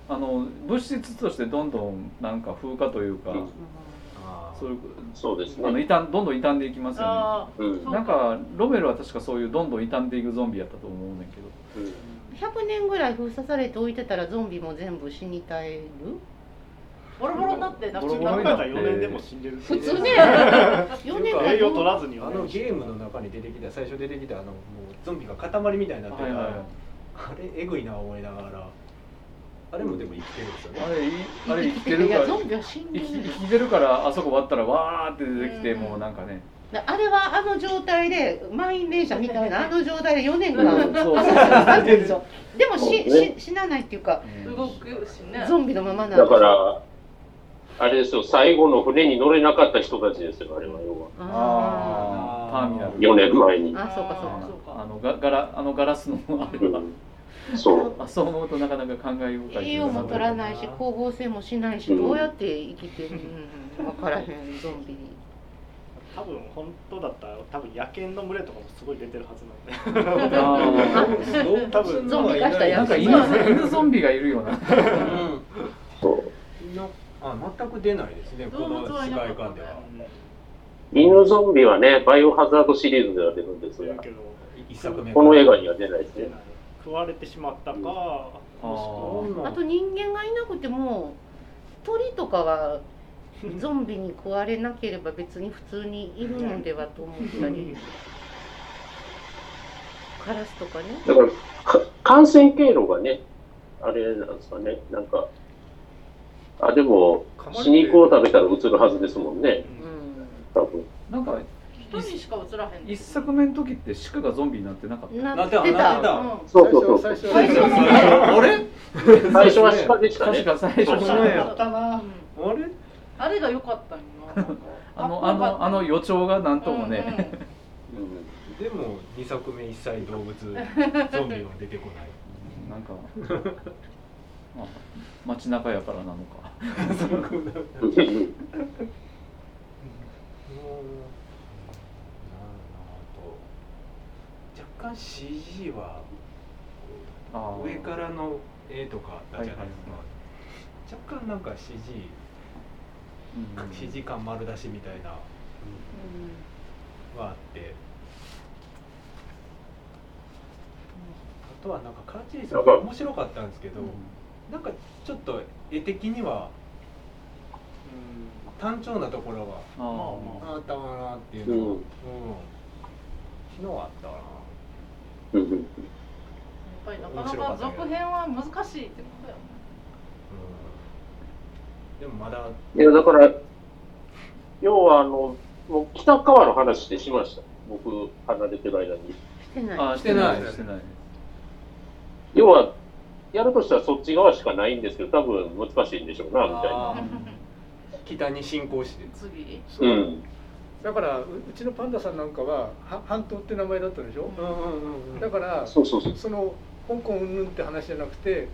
Speaker 3: あの物質としてどんどんなんか風化というか、
Speaker 6: うん
Speaker 1: あ
Speaker 3: そういう
Speaker 6: そうです
Speaker 3: あの
Speaker 6: ね、
Speaker 3: 傷んどんどん傷んでいきますよね
Speaker 2: あ
Speaker 6: うん
Speaker 2: そう
Speaker 3: なんかロメルは確かそういうどんどん傷んでいくゾンビやったと思うねんだけど
Speaker 6: うん
Speaker 4: 100年ぐらい封鎖されて置いてたらゾンビも全部死に絶える
Speaker 2: ボロボロになってな
Speaker 3: ボ
Speaker 2: く
Speaker 3: ロボ
Speaker 2: な
Speaker 3: ロ
Speaker 7: う
Speaker 3: に
Speaker 2: っ
Speaker 3: な
Speaker 7: な
Speaker 3: っ
Speaker 7: ん
Speaker 3: て
Speaker 7: か4年でも死んでる
Speaker 4: 普通ね4年間
Speaker 7: 栄養取らずに
Speaker 1: あ
Speaker 7: はね
Speaker 1: のゲームの中に出てきた最初出てきたあのもうゾンビが塊みたいになって
Speaker 3: はい
Speaker 1: る、
Speaker 3: はいはい
Speaker 1: あれえぐいな思いながらあれもでも生きてるんですよね
Speaker 3: あ、れいあれ生きてる
Speaker 4: い
Speaker 3: か
Speaker 4: や
Speaker 3: ら
Speaker 4: ゾンビは死んで
Speaker 3: 生
Speaker 4: る
Speaker 3: き生きてるからあそこ割ったらわーって出てきて、
Speaker 2: うん
Speaker 3: もうなんかね
Speaker 4: あれはあの状態で満員電車みたいなあの状態で4年間
Speaker 3: うんそうそう
Speaker 4: なんていうんでしょうでもし
Speaker 6: そうね
Speaker 4: し死なないっていうか
Speaker 2: て動くしね。
Speaker 4: ゾンビのままなん
Speaker 6: だ
Speaker 4: です
Speaker 6: から、あれですよ、最後の船に乗れなかった人たちですよ、あれは要は。
Speaker 4: あ
Speaker 3: ああターミナル
Speaker 6: 4年前に
Speaker 4: ー。あそうかそう
Speaker 2: あ
Speaker 4: か
Speaker 2: そうか
Speaker 3: あのがガラあのガラスのあれは、
Speaker 6: うんそう。
Speaker 3: あそう思うとなかなか考え深いと
Speaker 4: 栄
Speaker 3: い
Speaker 4: 養
Speaker 3: うか
Speaker 4: も取らないし光合成もしないし
Speaker 6: うん
Speaker 4: どうやって生きてるうん分からへんゾンビ
Speaker 7: 多分本当だったら多分野犬の群れとかもすごい出てるはずなんで
Speaker 3: あ
Speaker 7: 多分
Speaker 4: ゾンビ化した
Speaker 3: ー
Speaker 4: や
Speaker 3: なん
Speaker 4: つ
Speaker 3: か
Speaker 4: そうやね
Speaker 3: 犬犬ゾンビがいるような
Speaker 6: そう
Speaker 1: うんのあ全く出ないですねこ
Speaker 2: 動
Speaker 1: の
Speaker 2: 物はい
Speaker 1: 世
Speaker 2: なか
Speaker 1: 界
Speaker 2: った
Speaker 1: 観
Speaker 2: ね
Speaker 1: では
Speaker 6: 犬ゾンビはね、バイオハザードシリーズでは出るんです
Speaker 7: そうや
Speaker 6: が、
Speaker 7: けど
Speaker 1: 一作目
Speaker 6: この映画には出ないです
Speaker 7: 出
Speaker 6: ね
Speaker 7: な。い食われてしまったか
Speaker 6: うん
Speaker 7: もしくは
Speaker 3: あ
Speaker 4: あと人間がいなくても鳥とかはゾンビに食われなければ別に普通にいるのではと思ったりカラスとかね
Speaker 6: だからか感染経路がね、あれなんですかね、なんか、あ、でも、死肉を食べたらうつるはずですもんね、
Speaker 4: う
Speaker 6: 多分。
Speaker 3: なんか
Speaker 2: 人にしか映らへん
Speaker 3: 一作目の時って鹿がゾンビになってなかった
Speaker 4: ん
Speaker 5: な
Speaker 4: な
Speaker 5: っ
Speaker 4: って
Speaker 5: た
Speaker 4: た
Speaker 5: なってた
Speaker 2: うん
Speaker 6: そうそうそう。
Speaker 8: 最初
Speaker 2: 最
Speaker 8: 最
Speaker 2: 初
Speaker 8: 初
Speaker 2: は
Speaker 5: あれ
Speaker 6: 最初は鹿でした
Speaker 3: 確
Speaker 6: ね。
Speaker 3: か最初のね
Speaker 2: だったな
Speaker 8: あれ
Speaker 2: あれが良かったんよな
Speaker 3: あのあのあの予兆がなんともね、
Speaker 6: うん
Speaker 1: でも2作目一切動物ゾンビは出てこない
Speaker 3: なんか、まあ、街中やからなのか
Speaker 6: うん
Speaker 1: 若干 CG は
Speaker 3: あー
Speaker 1: 上からの絵とかだじゃないですか、
Speaker 3: は
Speaker 1: 若干なんか CG
Speaker 3: うん
Speaker 1: CG 感丸出しみたいなはあってあとはなんかカーチェイスが面白かったんですけど、なんかちょっと絵的には、うん、単調なところが
Speaker 3: あー
Speaker 1: あったかなっていうのは、
Speaker 6: うん
Speaker 1: うん昨日はあったかな
Speaker 6: うん
Speaker 2: やっぱりなかなか続編は難しいってことだよね
Speaker 1: うん、でもまだ
Speaker 6: いや、だから、要は、あの、もう北川の話でしました。僕、離れてる間に。
Speaker 4: してない
Speaker 3: あーしてないしてない
Speaker 6: 要は、やるとしたらそっち側しかないんですけど、多分難しいんでしょうな、みたいな。。
Speaker 1: あ北に進行して
Speaker 2: 次
Speaker 8: そううんだからううちのパンダさんなんかはは半島って名前だったでしょ、だから
Speaker 6: そうそうそう。
Speaker 8: その香港云々って話じゃなくて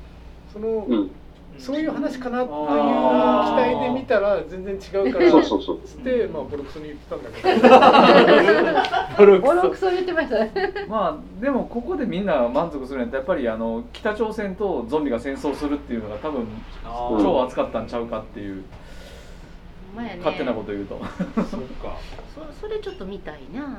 Speaker 8: その、
Speaker 6: うん。
Speaker 8: そういう話かなっていう
Speaker 3: あー
Speaker 8: 期待で見たら全然違うから
Speaker 6: そうそうそう。
Speaker 8: つってまあボロクソに言ってたんだけど
Speaker 4: ボロクソ言ってましたね
Speaker 3: まあでもここでみんな満足するんやったらやっぱりあの北朝鮮とゾンビが戦争するっていうのが多分
Speaker 6: ー
Speaker 3: 超熱かったんちゃうかっていう
Speaker 4: ほんまやね
Speaker 3: 勝手なこと言うと
Speaker 1: そっか
Speaker 4: そそれちょっと見たいな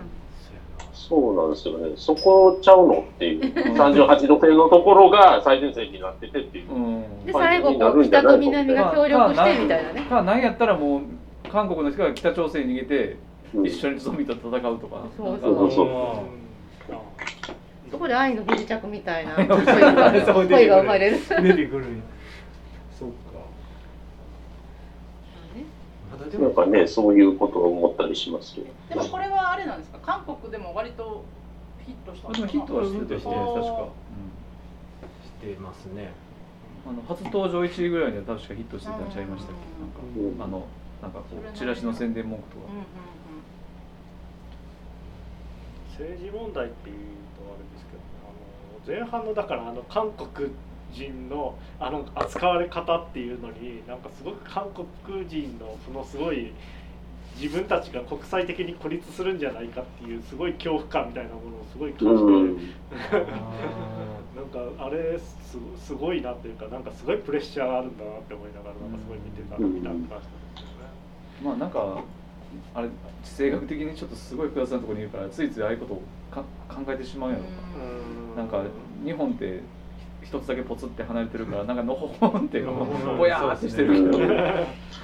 Speaker 6: そうなんですよね。そこちゃうのっていう。38度線のところが最前線になっててっていう。
Speaker 3: うん
Speaker 4: で
Speaker 6: まあ
Speaker 4: 最後こ
Speaker 6: 気
Speaker 4: う
Speaker 6: にな
Speaker 4: 北
Speaker 6: る
Speaker 4: と
Speaker 6: んじゃない
Speaker 4: 南が協力してみたいなね
Speaker 3: かなんやったらもう韓国の人が北朝鮮に逃げて
Speaker 6: うん
Speaker 3: 一緒にゾンビと戦うとか、
Speaker 4: そう
Speaker 6: そうそう
Speaker 3: なんか
Speaker 1: そ
Speaker 4: そこで愛の不時着み たいな恋
Speaker 1: そう出てくる
Speaker 4: が生まれる
Speaker 1: う出てくるそっかまだで
Speaker 6: な
Speaker 1: も
Speaker 6: んかね、そういうことを思ったりしますよ。
Speaker 2: でもこれはあれなんですか韓国でも割とヒットした
Speaker 3: ま
Speaker 2: の
Speaker 3: あ
Speaker 2: か
Speaker 3: でも
Speaker 2: な
Speaker 3: ヒットはしてたしね確か、
Speaker 2: あー
Speaker 1: してますね
Speaker 3: うんあの初登場1位ぐらいには確かヒットしてたんちゃいましたっけ
Speaker 6: うん
Speaker 3: なんかあのなんかこうチラシの宣伝文句とか
Speaker 2: うんうんうん
Speaker 7: 政治問題っていうとあれですけどあの前半のだからあの韓国人のあの扱われ方っていうのになんかすごく韓国人のそのすごい自分たちが国際的に孤立するんじゃないかっていうすごい恐怖感みたいなものをすごい感じて、
Speaker 6: うん。
Speaker 7: なんかあれすすごいなというかなんかすごいプレッシャーがあるんだなって思いながらなんかすごい見てた、
Speaker 6: うん
Speaker 7: 見た気がしたんですよね。
Speaker 3: まあなんかあれ地政学的にちょっとすごい複雑なところにいるからついついああいうことをか考えてしまうやろか、なんか日本って一つだけポツって離れてるからなんかのほほんってこ
Speaker 1: う
Speaker 3: うんぼやーってしてるけど、
Speaker 6: そうです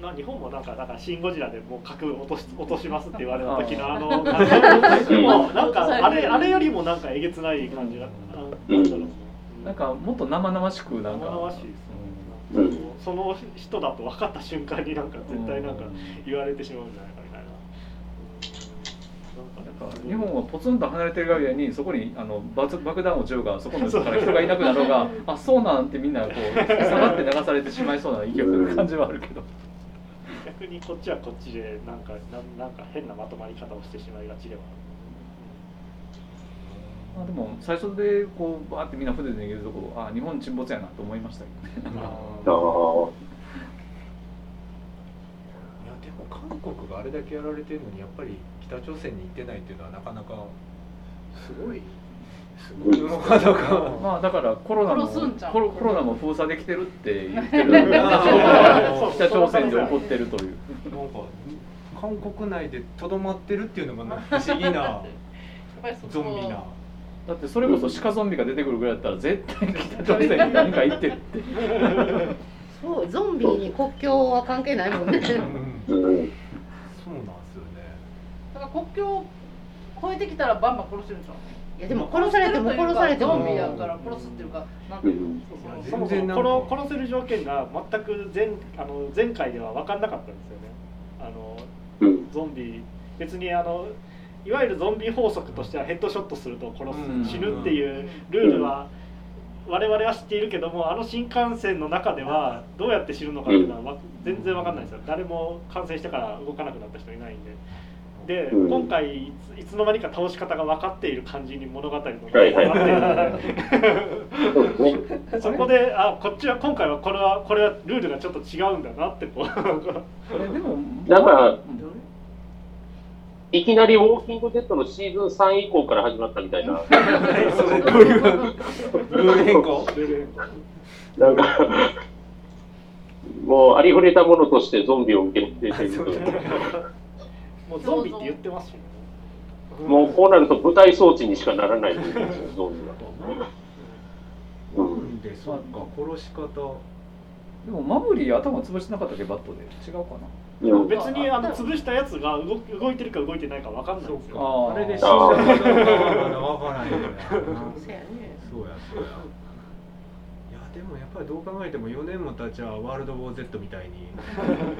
Speaker 7: まあ、日本もなんか、なんか、シン・ゴジラでもう核落とし落としますって言われた時の
Speaker 3: あ
Speaker 7: あの、なん かもうなんか、あれ、あれよりもなんかえげつない感じが、
Speaker 6: うん
Speaker 7: なんだろう
Speaker 3: なん、かもっと生々しくなんか
Speaker 7: 生々しいですねう
Speaker 6: う
Speaker 7: んんその人だと分かった瞬間になんか、
Speaker 3: うん
Speaker 7: 絶対なんか
Speaker 3: う
Speaker 7: 言われてしまうんじゃないか
Speaker 3: な
Speaker 7: みたいな。なんん
Speaker 3: か
Speaker 7: か
Speaker 3: 日本はポツンと離れてるエリアにそこにあの爆爆弾を銃がそこのから人がいなくなろう があそうなんてみんなこう下がって流されてしまいそうな勢いの感じはあるけど
Speaker 7: 逆にこっちはこっちでなんかなんなんか変なまとまり方をしてしまいがちでは
Speaker 3: まあでも最初でこうバーってみんな船で逃げるとこあ日本沈没やなと思いましたけどね
Speaker 6: ああ。
Speaker 1: いやでも韓国があれだけやられてるのにやっぱり北朝鮮に行ってないっていうのはなかなかすごいすごいなかなか
Speaker 3: まあだからコロナも
Speaker 2: 殺すんちゃう
Speaker 3: コロコロナも封鎖できてるって言ってる北朝鮮北朝鮮で起こってるという
Speaker 1: なんか韓国内でとどまってるっていうのが不思議な
Speaker 2: やっぱりそこ
Speaker 1: ゾンビな
Speaker 3: だってそれこそ鹿ゾンビが出てくるぐらいだったら絶対北朝鮮に何か行ってるって
Speaker 7: ある。
Speaker 4: そうゾンビに国境は関係ないもん ね
Speaker 6: うん、
Speaker 1: そうなんですよね
Speaker 2: だから国境を越えてきたらバンバン殺してるんでしょ
Speaker 4: いやでも殺されても殺されて
Speaker 2: ゾンビや
Speaker 4: も
Speaker 2: から殺すっていうかなんていうのそうそう
Speaker 1: 全
Speaker 7: そもそ
Speaker 1: 然なん
Speaker 7: も
Speaker 1: か
Speaker 7: この殺せる条件が全く前あの前回では分かんなかったんですよねあの
Speaker 6: うん、
Speaker 7: ゾンビ別にあのいわゆるゾンビ法則としてはヘッドショットすると殺す、
Speaker 1: うん
Speaker 7: 死ぬっていうルールは我々は知っているけどもあの新幹線の中ではどうやって死ぬのかっていうのはわ全然分かんないんですよ誰も感染してから動かなくなった人いないんで。で、
Speaker 6: うん
Speaker 7: 今回いついつの間にか倒し方が分かっている感じに物語の
Speaker 6: はいはい
Speaker 7: な っているので
Speaker 6: そうですね。
Speaker 7: そこであこっちは今回はこれはこれはルールがちょっと違うんだなってこう
Speaker 3: えでも
Speaker 6: なんか
Speaker 3: うん
Speaker 6: いきなりウォーキングデッドのシーズン3以降から始まったみたいな、
Speaker 1: どういうルール変更
Speaker 7: ルール変更
Speaker 6: なんか、もうありふれたものとしてゾンビを受け入れている。
Speaker 7: もうゾンビって言ってますしね
Speaker 6: もうこうなると舞台装置にしかならないというゾンビは。うん
Speaker 1: でそっか殺し方
Speaker 3: でもマブリー頭潰してなかったっけバットで違うかな
Speaker 6: でも
Speaker 7: 別にあの潰したやつが動き動いてるか動いてないかわかんないんですよ
Speaker 3: あ
Speaker 1: あれで死んだ
Speaker 6: あ
Speaker 1: の
Speaker 6: ー
Speaker 1: かなわからないよね
Speaker 4: そうや
Speaker 1: そうや
Speaker 4: ね
Speaker 1: そうやいやでもやっぱりどう考えても4年も経ちゃワールド・ウォー・ゼットみたいに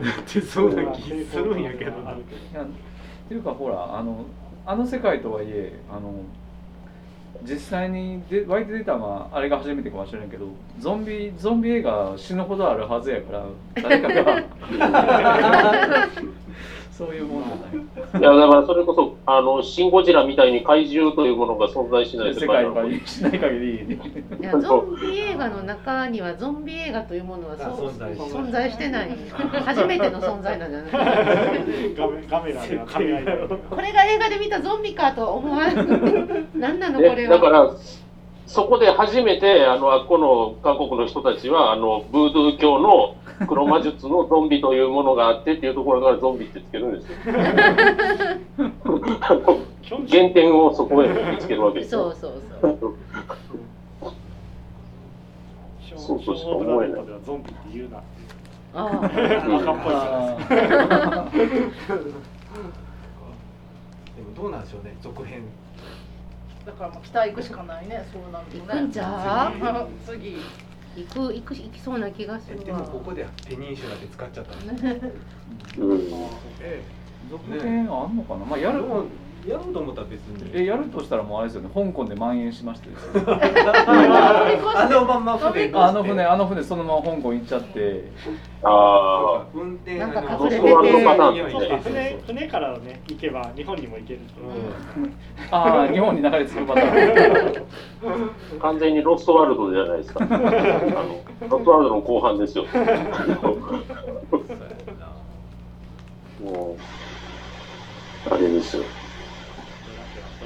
Speaker 1: なってそうな気するんやけど
Speaker 7: ある
Speaker 3: いやっていうかほらあのあの世界とはいえあの実際にで湧いて出たのはあれが初めてかもしれないけどゾンビゾンビ映画死ぬほどあるはずやから誰か がそういうもんじゃない
Speaker 6: いやだからそれこそ、あのシン・ゴジラみたいに怪獣というものが存在しない
Speaker 3: 世
Speaker 6: 世界
Speaker 3: 界
Speaker 6: なのに
Speaker 3: がしない限り
Speaker 4: いやゾンビ映画の中にはゾンビ映画というものはそう
Speaker 1: あ存在して
Speaker 4: 存在してない初めての存在なんじゃない
Speaker 7: 画面カメラでは噛み合いない
Speaker 4: これが映画で見たゾンビかとは思わ ん何なのこ
Speaker 6: ね
Speaker 4: れ
Speaker 6: だか
Speaker 4: は
Speaker 6: ら、そこで初めて、あのあっこの韓国の人たちは、あのブードゥー教の黒魔術のゾンビというものがあってっていうところからゾンビってつけるんですよ。あの
Speaker 7: 基本的
Speaker 6: 原点をそこへ見つけるわけです
Speaker 4: そ
Speaker 6: よ。
Speaker 4: うそうそう
Speaker 7: ショ
Speaker 6: そうそう
Speaker 7: ーオブ・ザ・レッドではゾンビって言うな
Speaker 4: ああ
Speaker 7: 赤っぽいじゃないですか
Speaker 3: あー
Speaker 1: でもどうなんでしょうね続編
Speaker 2: だからもう北行くしかないねそうなるとね
Speaker 4: 行くんちゃ
Speaker 1: う
Speaker 2: 次
Speaker 4: 行く行く行きそうな気がす
Speaker 1: え
Speaker 4: る
Speaker 1: で
Speaker 4: わ
Speaker 1: もここでペニンシュラで使っちゃったの
Speaker 6: うん
Speaker 8: え
Speaker 3: 続編あんのかなまあや
Speaker 1: で
Speaker 3: る
Speaker 1: もやろうと思ったら別に
Speaker 3: えやるとしたらもうあれですよね香港で蔓延しましてですね
Speaker 1: あのまんま船
Speaker 3: あの船あの船そのまま香港行っちゃって
Speaker 6: ああ、
Speaker 1: 運転
Speaker 4: なんか
Speaker 1: あの
Speaker 4: 隠れて
Speaker 1: ロ
Speaker 4: て
Speaker 1: ストアンドパターン
Speaker 7: そう
Speaker 1: そ
Speaker 7: か
Speaker 1: うそう
Speaker 7: 船船からね行けば日本にも行けるっていう
Speaker 3: ああ日本に流れ着くパターン
Speaker 6: 完全にロストワールドじゃないですか。あのロストワールドの後半ですよ。
Speaker 1: そうやんな
Speaker 6: もう、あれですよ。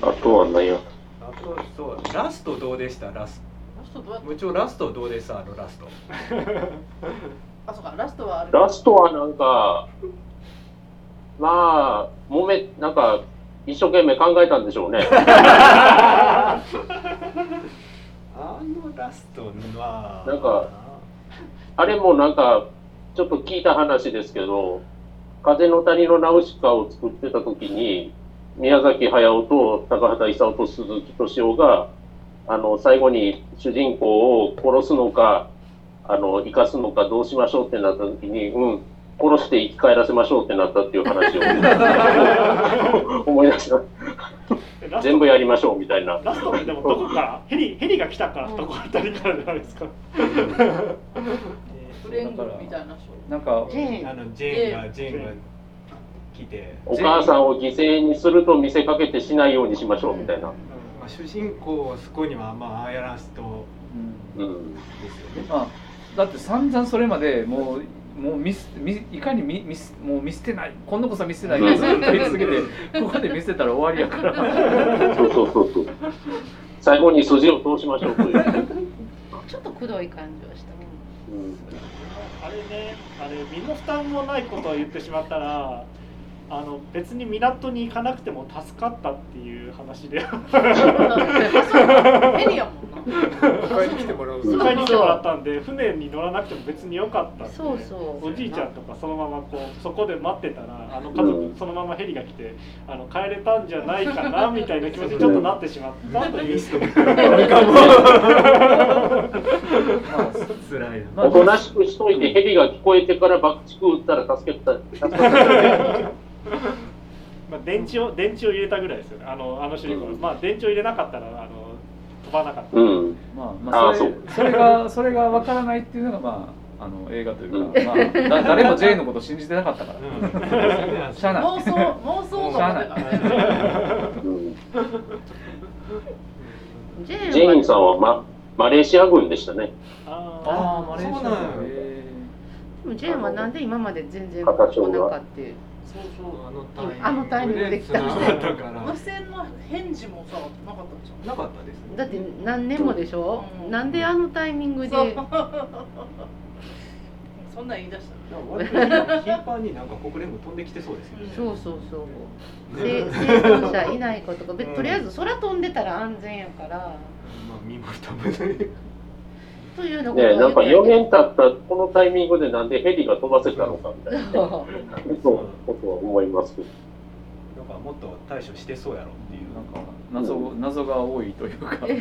Speaker 6: あとは何や。
Speaker 1: あとそうラストどうでしたラス
Speaker 2: ラストどうやっ
Speaker 1: ト
Speaker 2: て
Speaker 1: 部長ラストどうでしたあのラスト
Speaker 2: あそうかラストはあれ
Speaker 6: ラストはなんか、まあ、もめ、なんか、一生懸命考えたんでしょうね。
Speaker 1: あのラストは
Speaker 6: なんかあれもなんか、ちょっと聞いた話ですけど、風の谷のナウシカを作ってた時に、宮崎駿と高畑勲と鈴木敏夫が、あの、最後に主人公を殺すのか、あの、生かすのかどうしましょうってなった時に、うん、殺して生き返らせましょうってなったっていう話を思い出した。
Speaker 7: えラス
Speaker 6: 全
Speaker 7: ト
Speaker 6: 部やりましょうみたいな。
Speaker 7: ラストってでもどこからヘリヘリが来たからどこあたりからじゃないですか
Speaker 2: フレングみたいな人
Speaker 3: なんか
Speaker 4: ジェー
Speaker 1: あ
Speaker 4: ン
Speaker 1: のジェーンがジェーンが来て、
Speaker 6: お母さんを犠牲にすると見せかけてしないようにしましょうみたいな。
Speaker 1: まあ、主人公をそこにはまあああやらんと
Speaker 3: うん
Speaker 6: うん。
Speaker 1: ですよね
Speaker 3: まあだって散々それまでもうもう見す見いかに見見すもう見捨てない今度こそ見捨てないずっと言い続け てここで見捨てたら終わりやから
Speaker 6: そうそうそうそう。最後に筋を通しましょうという。
Speaker 4: ちょっとくどい感じはした
Speaker 6: うん
Speaker 7: あれね、あれ身の負担もないことを言ってしまったら、あの別に港に行かなくても助かったっていう話で、
Speaker 2: だってあそうかヘリやもんな
Speaker 8: 迎えに来てもらう
Speaker 7: 迎えに来てもらっ
Speaker 8: そ
Speaker 7: たんで船に乗らなくても別によかったんで
Speaker 4: そうそう
Speaker 7: おじいちゃんとかそのままこうそこで待ってたらあの家族そのままヘリが来てあの帰れたんじゃないかなみたいな気持ちにちょっとなってしまったという
Speaker 1: つらいな。
Speaker 3: まあ
Speaker 6: おとなしくしといて、ヘビが聞こえてから爆竹撃ったら助けた、助けた。
Speaker 7: まあ、電池を電池を入れたぐらいですよねあのあの主人公は、
Speaker 6: うん
Speaker 7: まあ電池を入れなかったらあの飛ばなかった、
Speaker 6: うん。
Speaker 3: まあまあそれ
Speaker 6: あー
Speaker 3: それがそれがわからないっていうのがまああの映画というか、まあだ誰も J のこと信じてなかったから、しゃあない
Speaker 2: 妄想妄想のことだね
Speaker 6: うん
Speaker 4: ジェ
Speaker 6: ジェインさん
Speaker 4: は
Speaker 6: は、ま、マレーシア軍でしたね。
Speaker 7: あー
Speaker 3: ああマレーシア
Speaker 1: そうなんや
Speaker 3: へ
Speaker 4: でもジェーンはなんで今まで全然来な
Speaker 6: 片商が
Speaker 4: かって
Speaker 1: そうそうあの
Speaker 4: あのタイミングで来た
Speaker 1: な
Speaker 2: 無線の返事もさなかったでしょ
Speaker 1: なかったですね。
Speaker 4: だって何年もでしょ、
Speaker 2: うん
Speaker 4: なんであのタイミングで
Speaker 2: そんなん言い出した
Speaker 1: なんか割と頻繁になんか国連軍飛んできてそうですよね。
Speaker 4: そうそうそうせ生存者いないことが、べとりあえず空飛んでたら安全やから
Speaker 1: まあ身も蓋もない。
Speaker 4: というの
Speaker 6: ねなんか
Speaker 4: 言
Speaker 6: 4
Speaker 4: って
Speaker 6: 年経ったこのタイミングでなんでヘリが飛ばせたのかみたいな
Speaker 4: あげて
Speaker 6: ことは思いますけど。
Speaker 1: なんかもっと対処してそうやろってい
Speaker 3: ー
Speaker 1: う
Speaker 3: なんか謎謎が多いというか、
Speaker 4: ま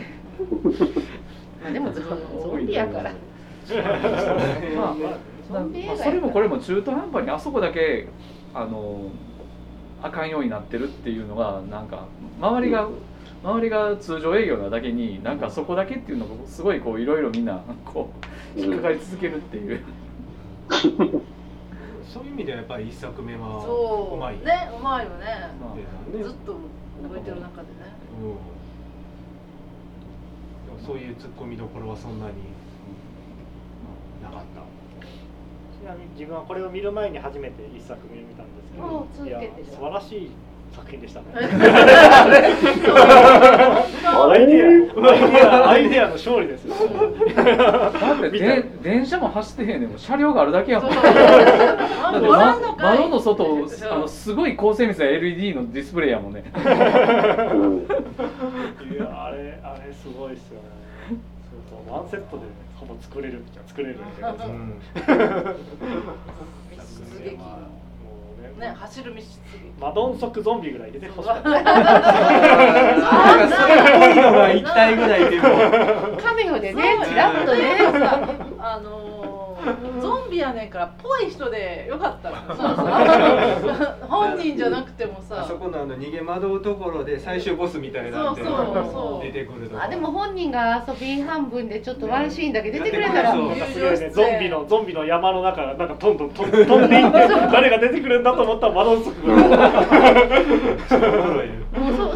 Speaker 4: あでもゾゾンビやから
Speaker 3: まあ
Speaker 4: ゾンビ映
Speaker 3: ま
Speaker 4: 画
Speaker 3: あ
Speaker 4: やから
Speaker 3: それもこれも中途半端にあそこだけあのあかんようになってるっていうのがなんか周りが周りが通常営業なだけになんかそこだけっていうのがすごいこういろいろみんな こう引っかかり続けるっていう、
Speaker 1: そういう意味ではやっぱり一作目は
Speaker 2: そう
Speaker 1: うまい。
Speaker 2: ねうまいよね
Speaker 3: まあ
Speaker 1: ね
Speaker 2: ずっと動いてる中でね
Speaker 1: うんでもそういう突っ込みどころはそんなになかった。
Speaker 7: ちなみに自分はこれを見る前に初めて一作目を見たんですけ
Speaker 4: もう
Speaker 7: ど
Speaker 4: 続
Speaker 7: いや
Speaker 4: けて
Speaker 7: 素晴らしい作品でしたね
Speaker 6: あ
Speaker 7: アイ
Speaker 6: れ
Speaker 7: デアアイデアアイデアの勝利です よ
Speaker 3: だってで電車も走ってへんねんもう車両があるだけやもんだって、ま
Speaker 2: 窓
Speaker 3: 窓の外あのすごい高精密な LED のディスプレイやもんね
Speaker 6: うん
Speaker 7: いやあれあれすごいですよねそうそうワンセットでほぼ作れるじゃ作れるみたいな
Speaker 1: う
Speaker 7: も
Speaker 1: ん。
Speaker 2: 出撃
Speaker 7: うね
Speaker 2: ね走る道
Speaker 7: マドンソクゾンビぐらい出てほしかった
Speaker 1: なんかそれっぽいのが一体ぐらいでも。
Speaker 4: カメオでね
Speaker 2: そう
Speaker 4: ちらっとね
Speaker 2: さあのーゾンビやねんからぽい人でよかったの本人じゃなくても
Speaker 1: あ
Speaker 2: さ
Speaker 1: そこのあの逃げ惑うところで最終ボスみたいなんで
Speaker 2: そうそうそう
Speaker 1: 出てくるとか
Speaker 4: あでも本人が遊び半分でちょっとワンシーンだけ出てくれたら
Speaker 1: そう
Speaker 7: なんかすごいねゾンビのゾンビの山の中がなんかどんどん飛んで飛んでいって誰が出てくるんだと思ったらマドンソクが
Speaker 4: もう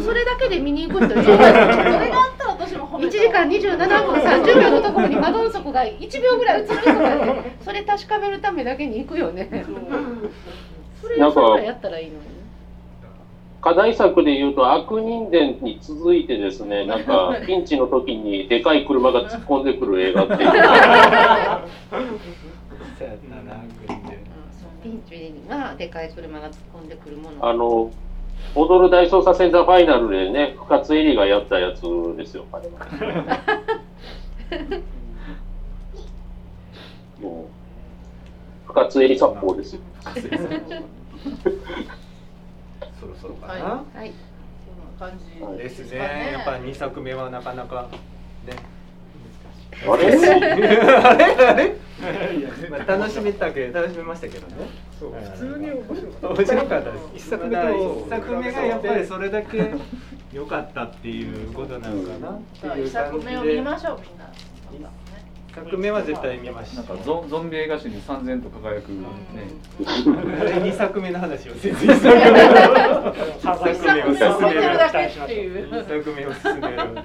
Speaker 4: そそれだけで見に行く人いるから
Speaker 2: それ があったら私も褒め
Speaker 4: 1
Speaker 2: た
Speaker 4: 時間27分30秒のところにマドンソクが1秒ぐらい映ってるとかねそれ確かめるためだけに行くよねそれ
Speaker 6: なん
Speaker 4: それ
Speaker 6: か
Speaker 4: ぐらいやったらいいのに
Speaker 6: 課題作で言うと、悪人伝に続いてですね、なんか、ピンチの時にでかい車が突っ込んでくる映画っていう。
Speaker 1: そうやったなグリーンで
Speaker 4: ピンチにはでかい車が突っ込んでくるもの
Speaker 6: あの、踊る大捜査線ザファイナルでね、深津絵里がやったやつですよ、あれは。 もう、深津絵里殺法ですよ。
Speaker 1: そろそろかな、
Speaker 2: は
Speaker 4: はい
Speaker 2: そんな感じ
Speaker 1: ですね
Speaker 2: かね
Speaker 1: やっぱ二作目はなかなか ね
Speaker 6: あれ
Speaker 1: まあ楽しめたけど楽しめましたけどね
Speaker 8: う普通に面白か っ
Speaker 1: 面白かったです
Speaker 8: 一作目と
Speaker 1: まだ一作目がやっぱりそれだけ 良かったっていうことなのかなっていう
Speaker 2: 一
Speaker 1: 感
Speaker 2: 作
Speaker 1: じ
Speaker 2: 目を見
Speaker 1: で
Speaker 2: ましょうみんな
Speaker 1: 一作目は絶対見まし
Speaker 3: な
Speaker 1: た
Speaker 3: んかゾンゾンビ映画史に三千と輝くね、
Speaker 1: 二作目の話をせ ず一作目
Speaker 7: サザ
Speaker 2: 一作目を
Speaker 1: 進
Speaker 2: 見
Speaker 1: め
Speaker 2: て
Speaker 1: る
Speaker 2: るだけっていう
Speaker 1: 二
Speaker 2: う
Speaker 1: 作目を進める なんか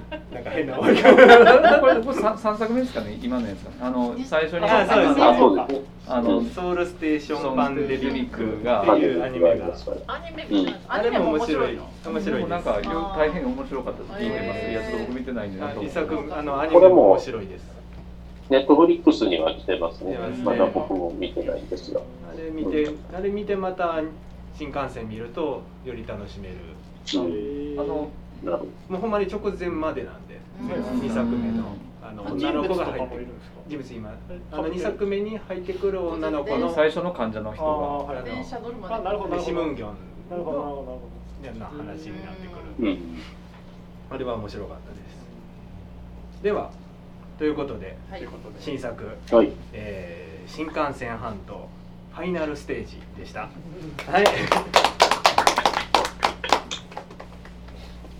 Speaker 1: 変な終わり方
Speaker 3: これこれ三三作目ですかね今のやつがあの最初に
Speaker 1: あそうです
Speaker 6: あ、そうですね。
Speaker 3: あの
Speaker 1: ソウルステーションパンデミックが
Speaker 6: パ
Speaker 1: っ
Speaker 6: ン
Speaker 1: て
Speaker 6: デ
Speaker 1: いうアニ
Speaker 6: ミックが
Speaker 1: メ
Speaker 6: ありま
Speaker 1: が
Speaker 6: すから。
Speaker 2: アニメ見たんです
Speaker 1: あ
Speaker 2: ア
Speaker 1: れ
Speaker 2: ニメ
Speaker 1: も
Speaker 2: も
Speaker 1: 面
Speaker 2: 面
Speaker 1: 白
Speaker 2: 白
Speaker 1: い
Speaker 2: いの
Speaker 1: 面白いで
Speaker 3: なん
Speaker 1: す
Speaker 3: かよ
Speaker 2: あー
Speaker 3: 大変面白かったと聞いてますいやちょっと僕見てないんで
Speaker 1: あ
Speaker 3: なんとも
Speaker 1: 一作あのアニメ
Speaker 6: これも
Speaker 1: も面白いです
Speaker 6: ネットフリックスには来てます
Speaker 1: 来
Speaker 6: ね
Speaker 1: てます。ね
Speaker 6: まだ僕も見てないんですが。
Speaker 1: あれ見てあれ見てまた新幹線見るとより楽しめる
Speaker 6: うん
Speaker 3: あの
Speaker 6: なるほど
Speaker 1: もうほんまに直前までなんで
Speaker 2: う
Speaker 1: 2作目のあの女の子が入っ
Speaker 7: 人物とか
Speaker 1: て
Speaker 7: もい
Speaker 1: く
Speaker 7: る
Speaker 1: る
Speaker 7: んですか
Speaker 1: 人物今あ
Speaker 7: 関
Speaker 1: の
Speaker 7: 係
Speaker 1: 2作目に入ってくる女の子の
Speaker 3: 最初の患者の
Speaker 7: あ
Speaker 3: 人
Speaker 7: ー
Speaker 3: が
Speaker 7: はい
Speaker 2: 電車乗るまで
Speaker 7: あなるほどなる
Speaker 1: シ
Speaker 7: ほ
Speaker 1: ム
Speaker 7: ど
Speaker 1: ンギョン
Speaker 7: なるほどなるほどなるほ
Speaker 1: の話になってくる
Speaker 6: うん。
Speaker 1: あれは面白かったですではということで
Speaker 2: はい
Speaker 1: 新作、
Speaker 6: はい。
Speaker 1: えー新幹線半島ファイナルステージでしたはい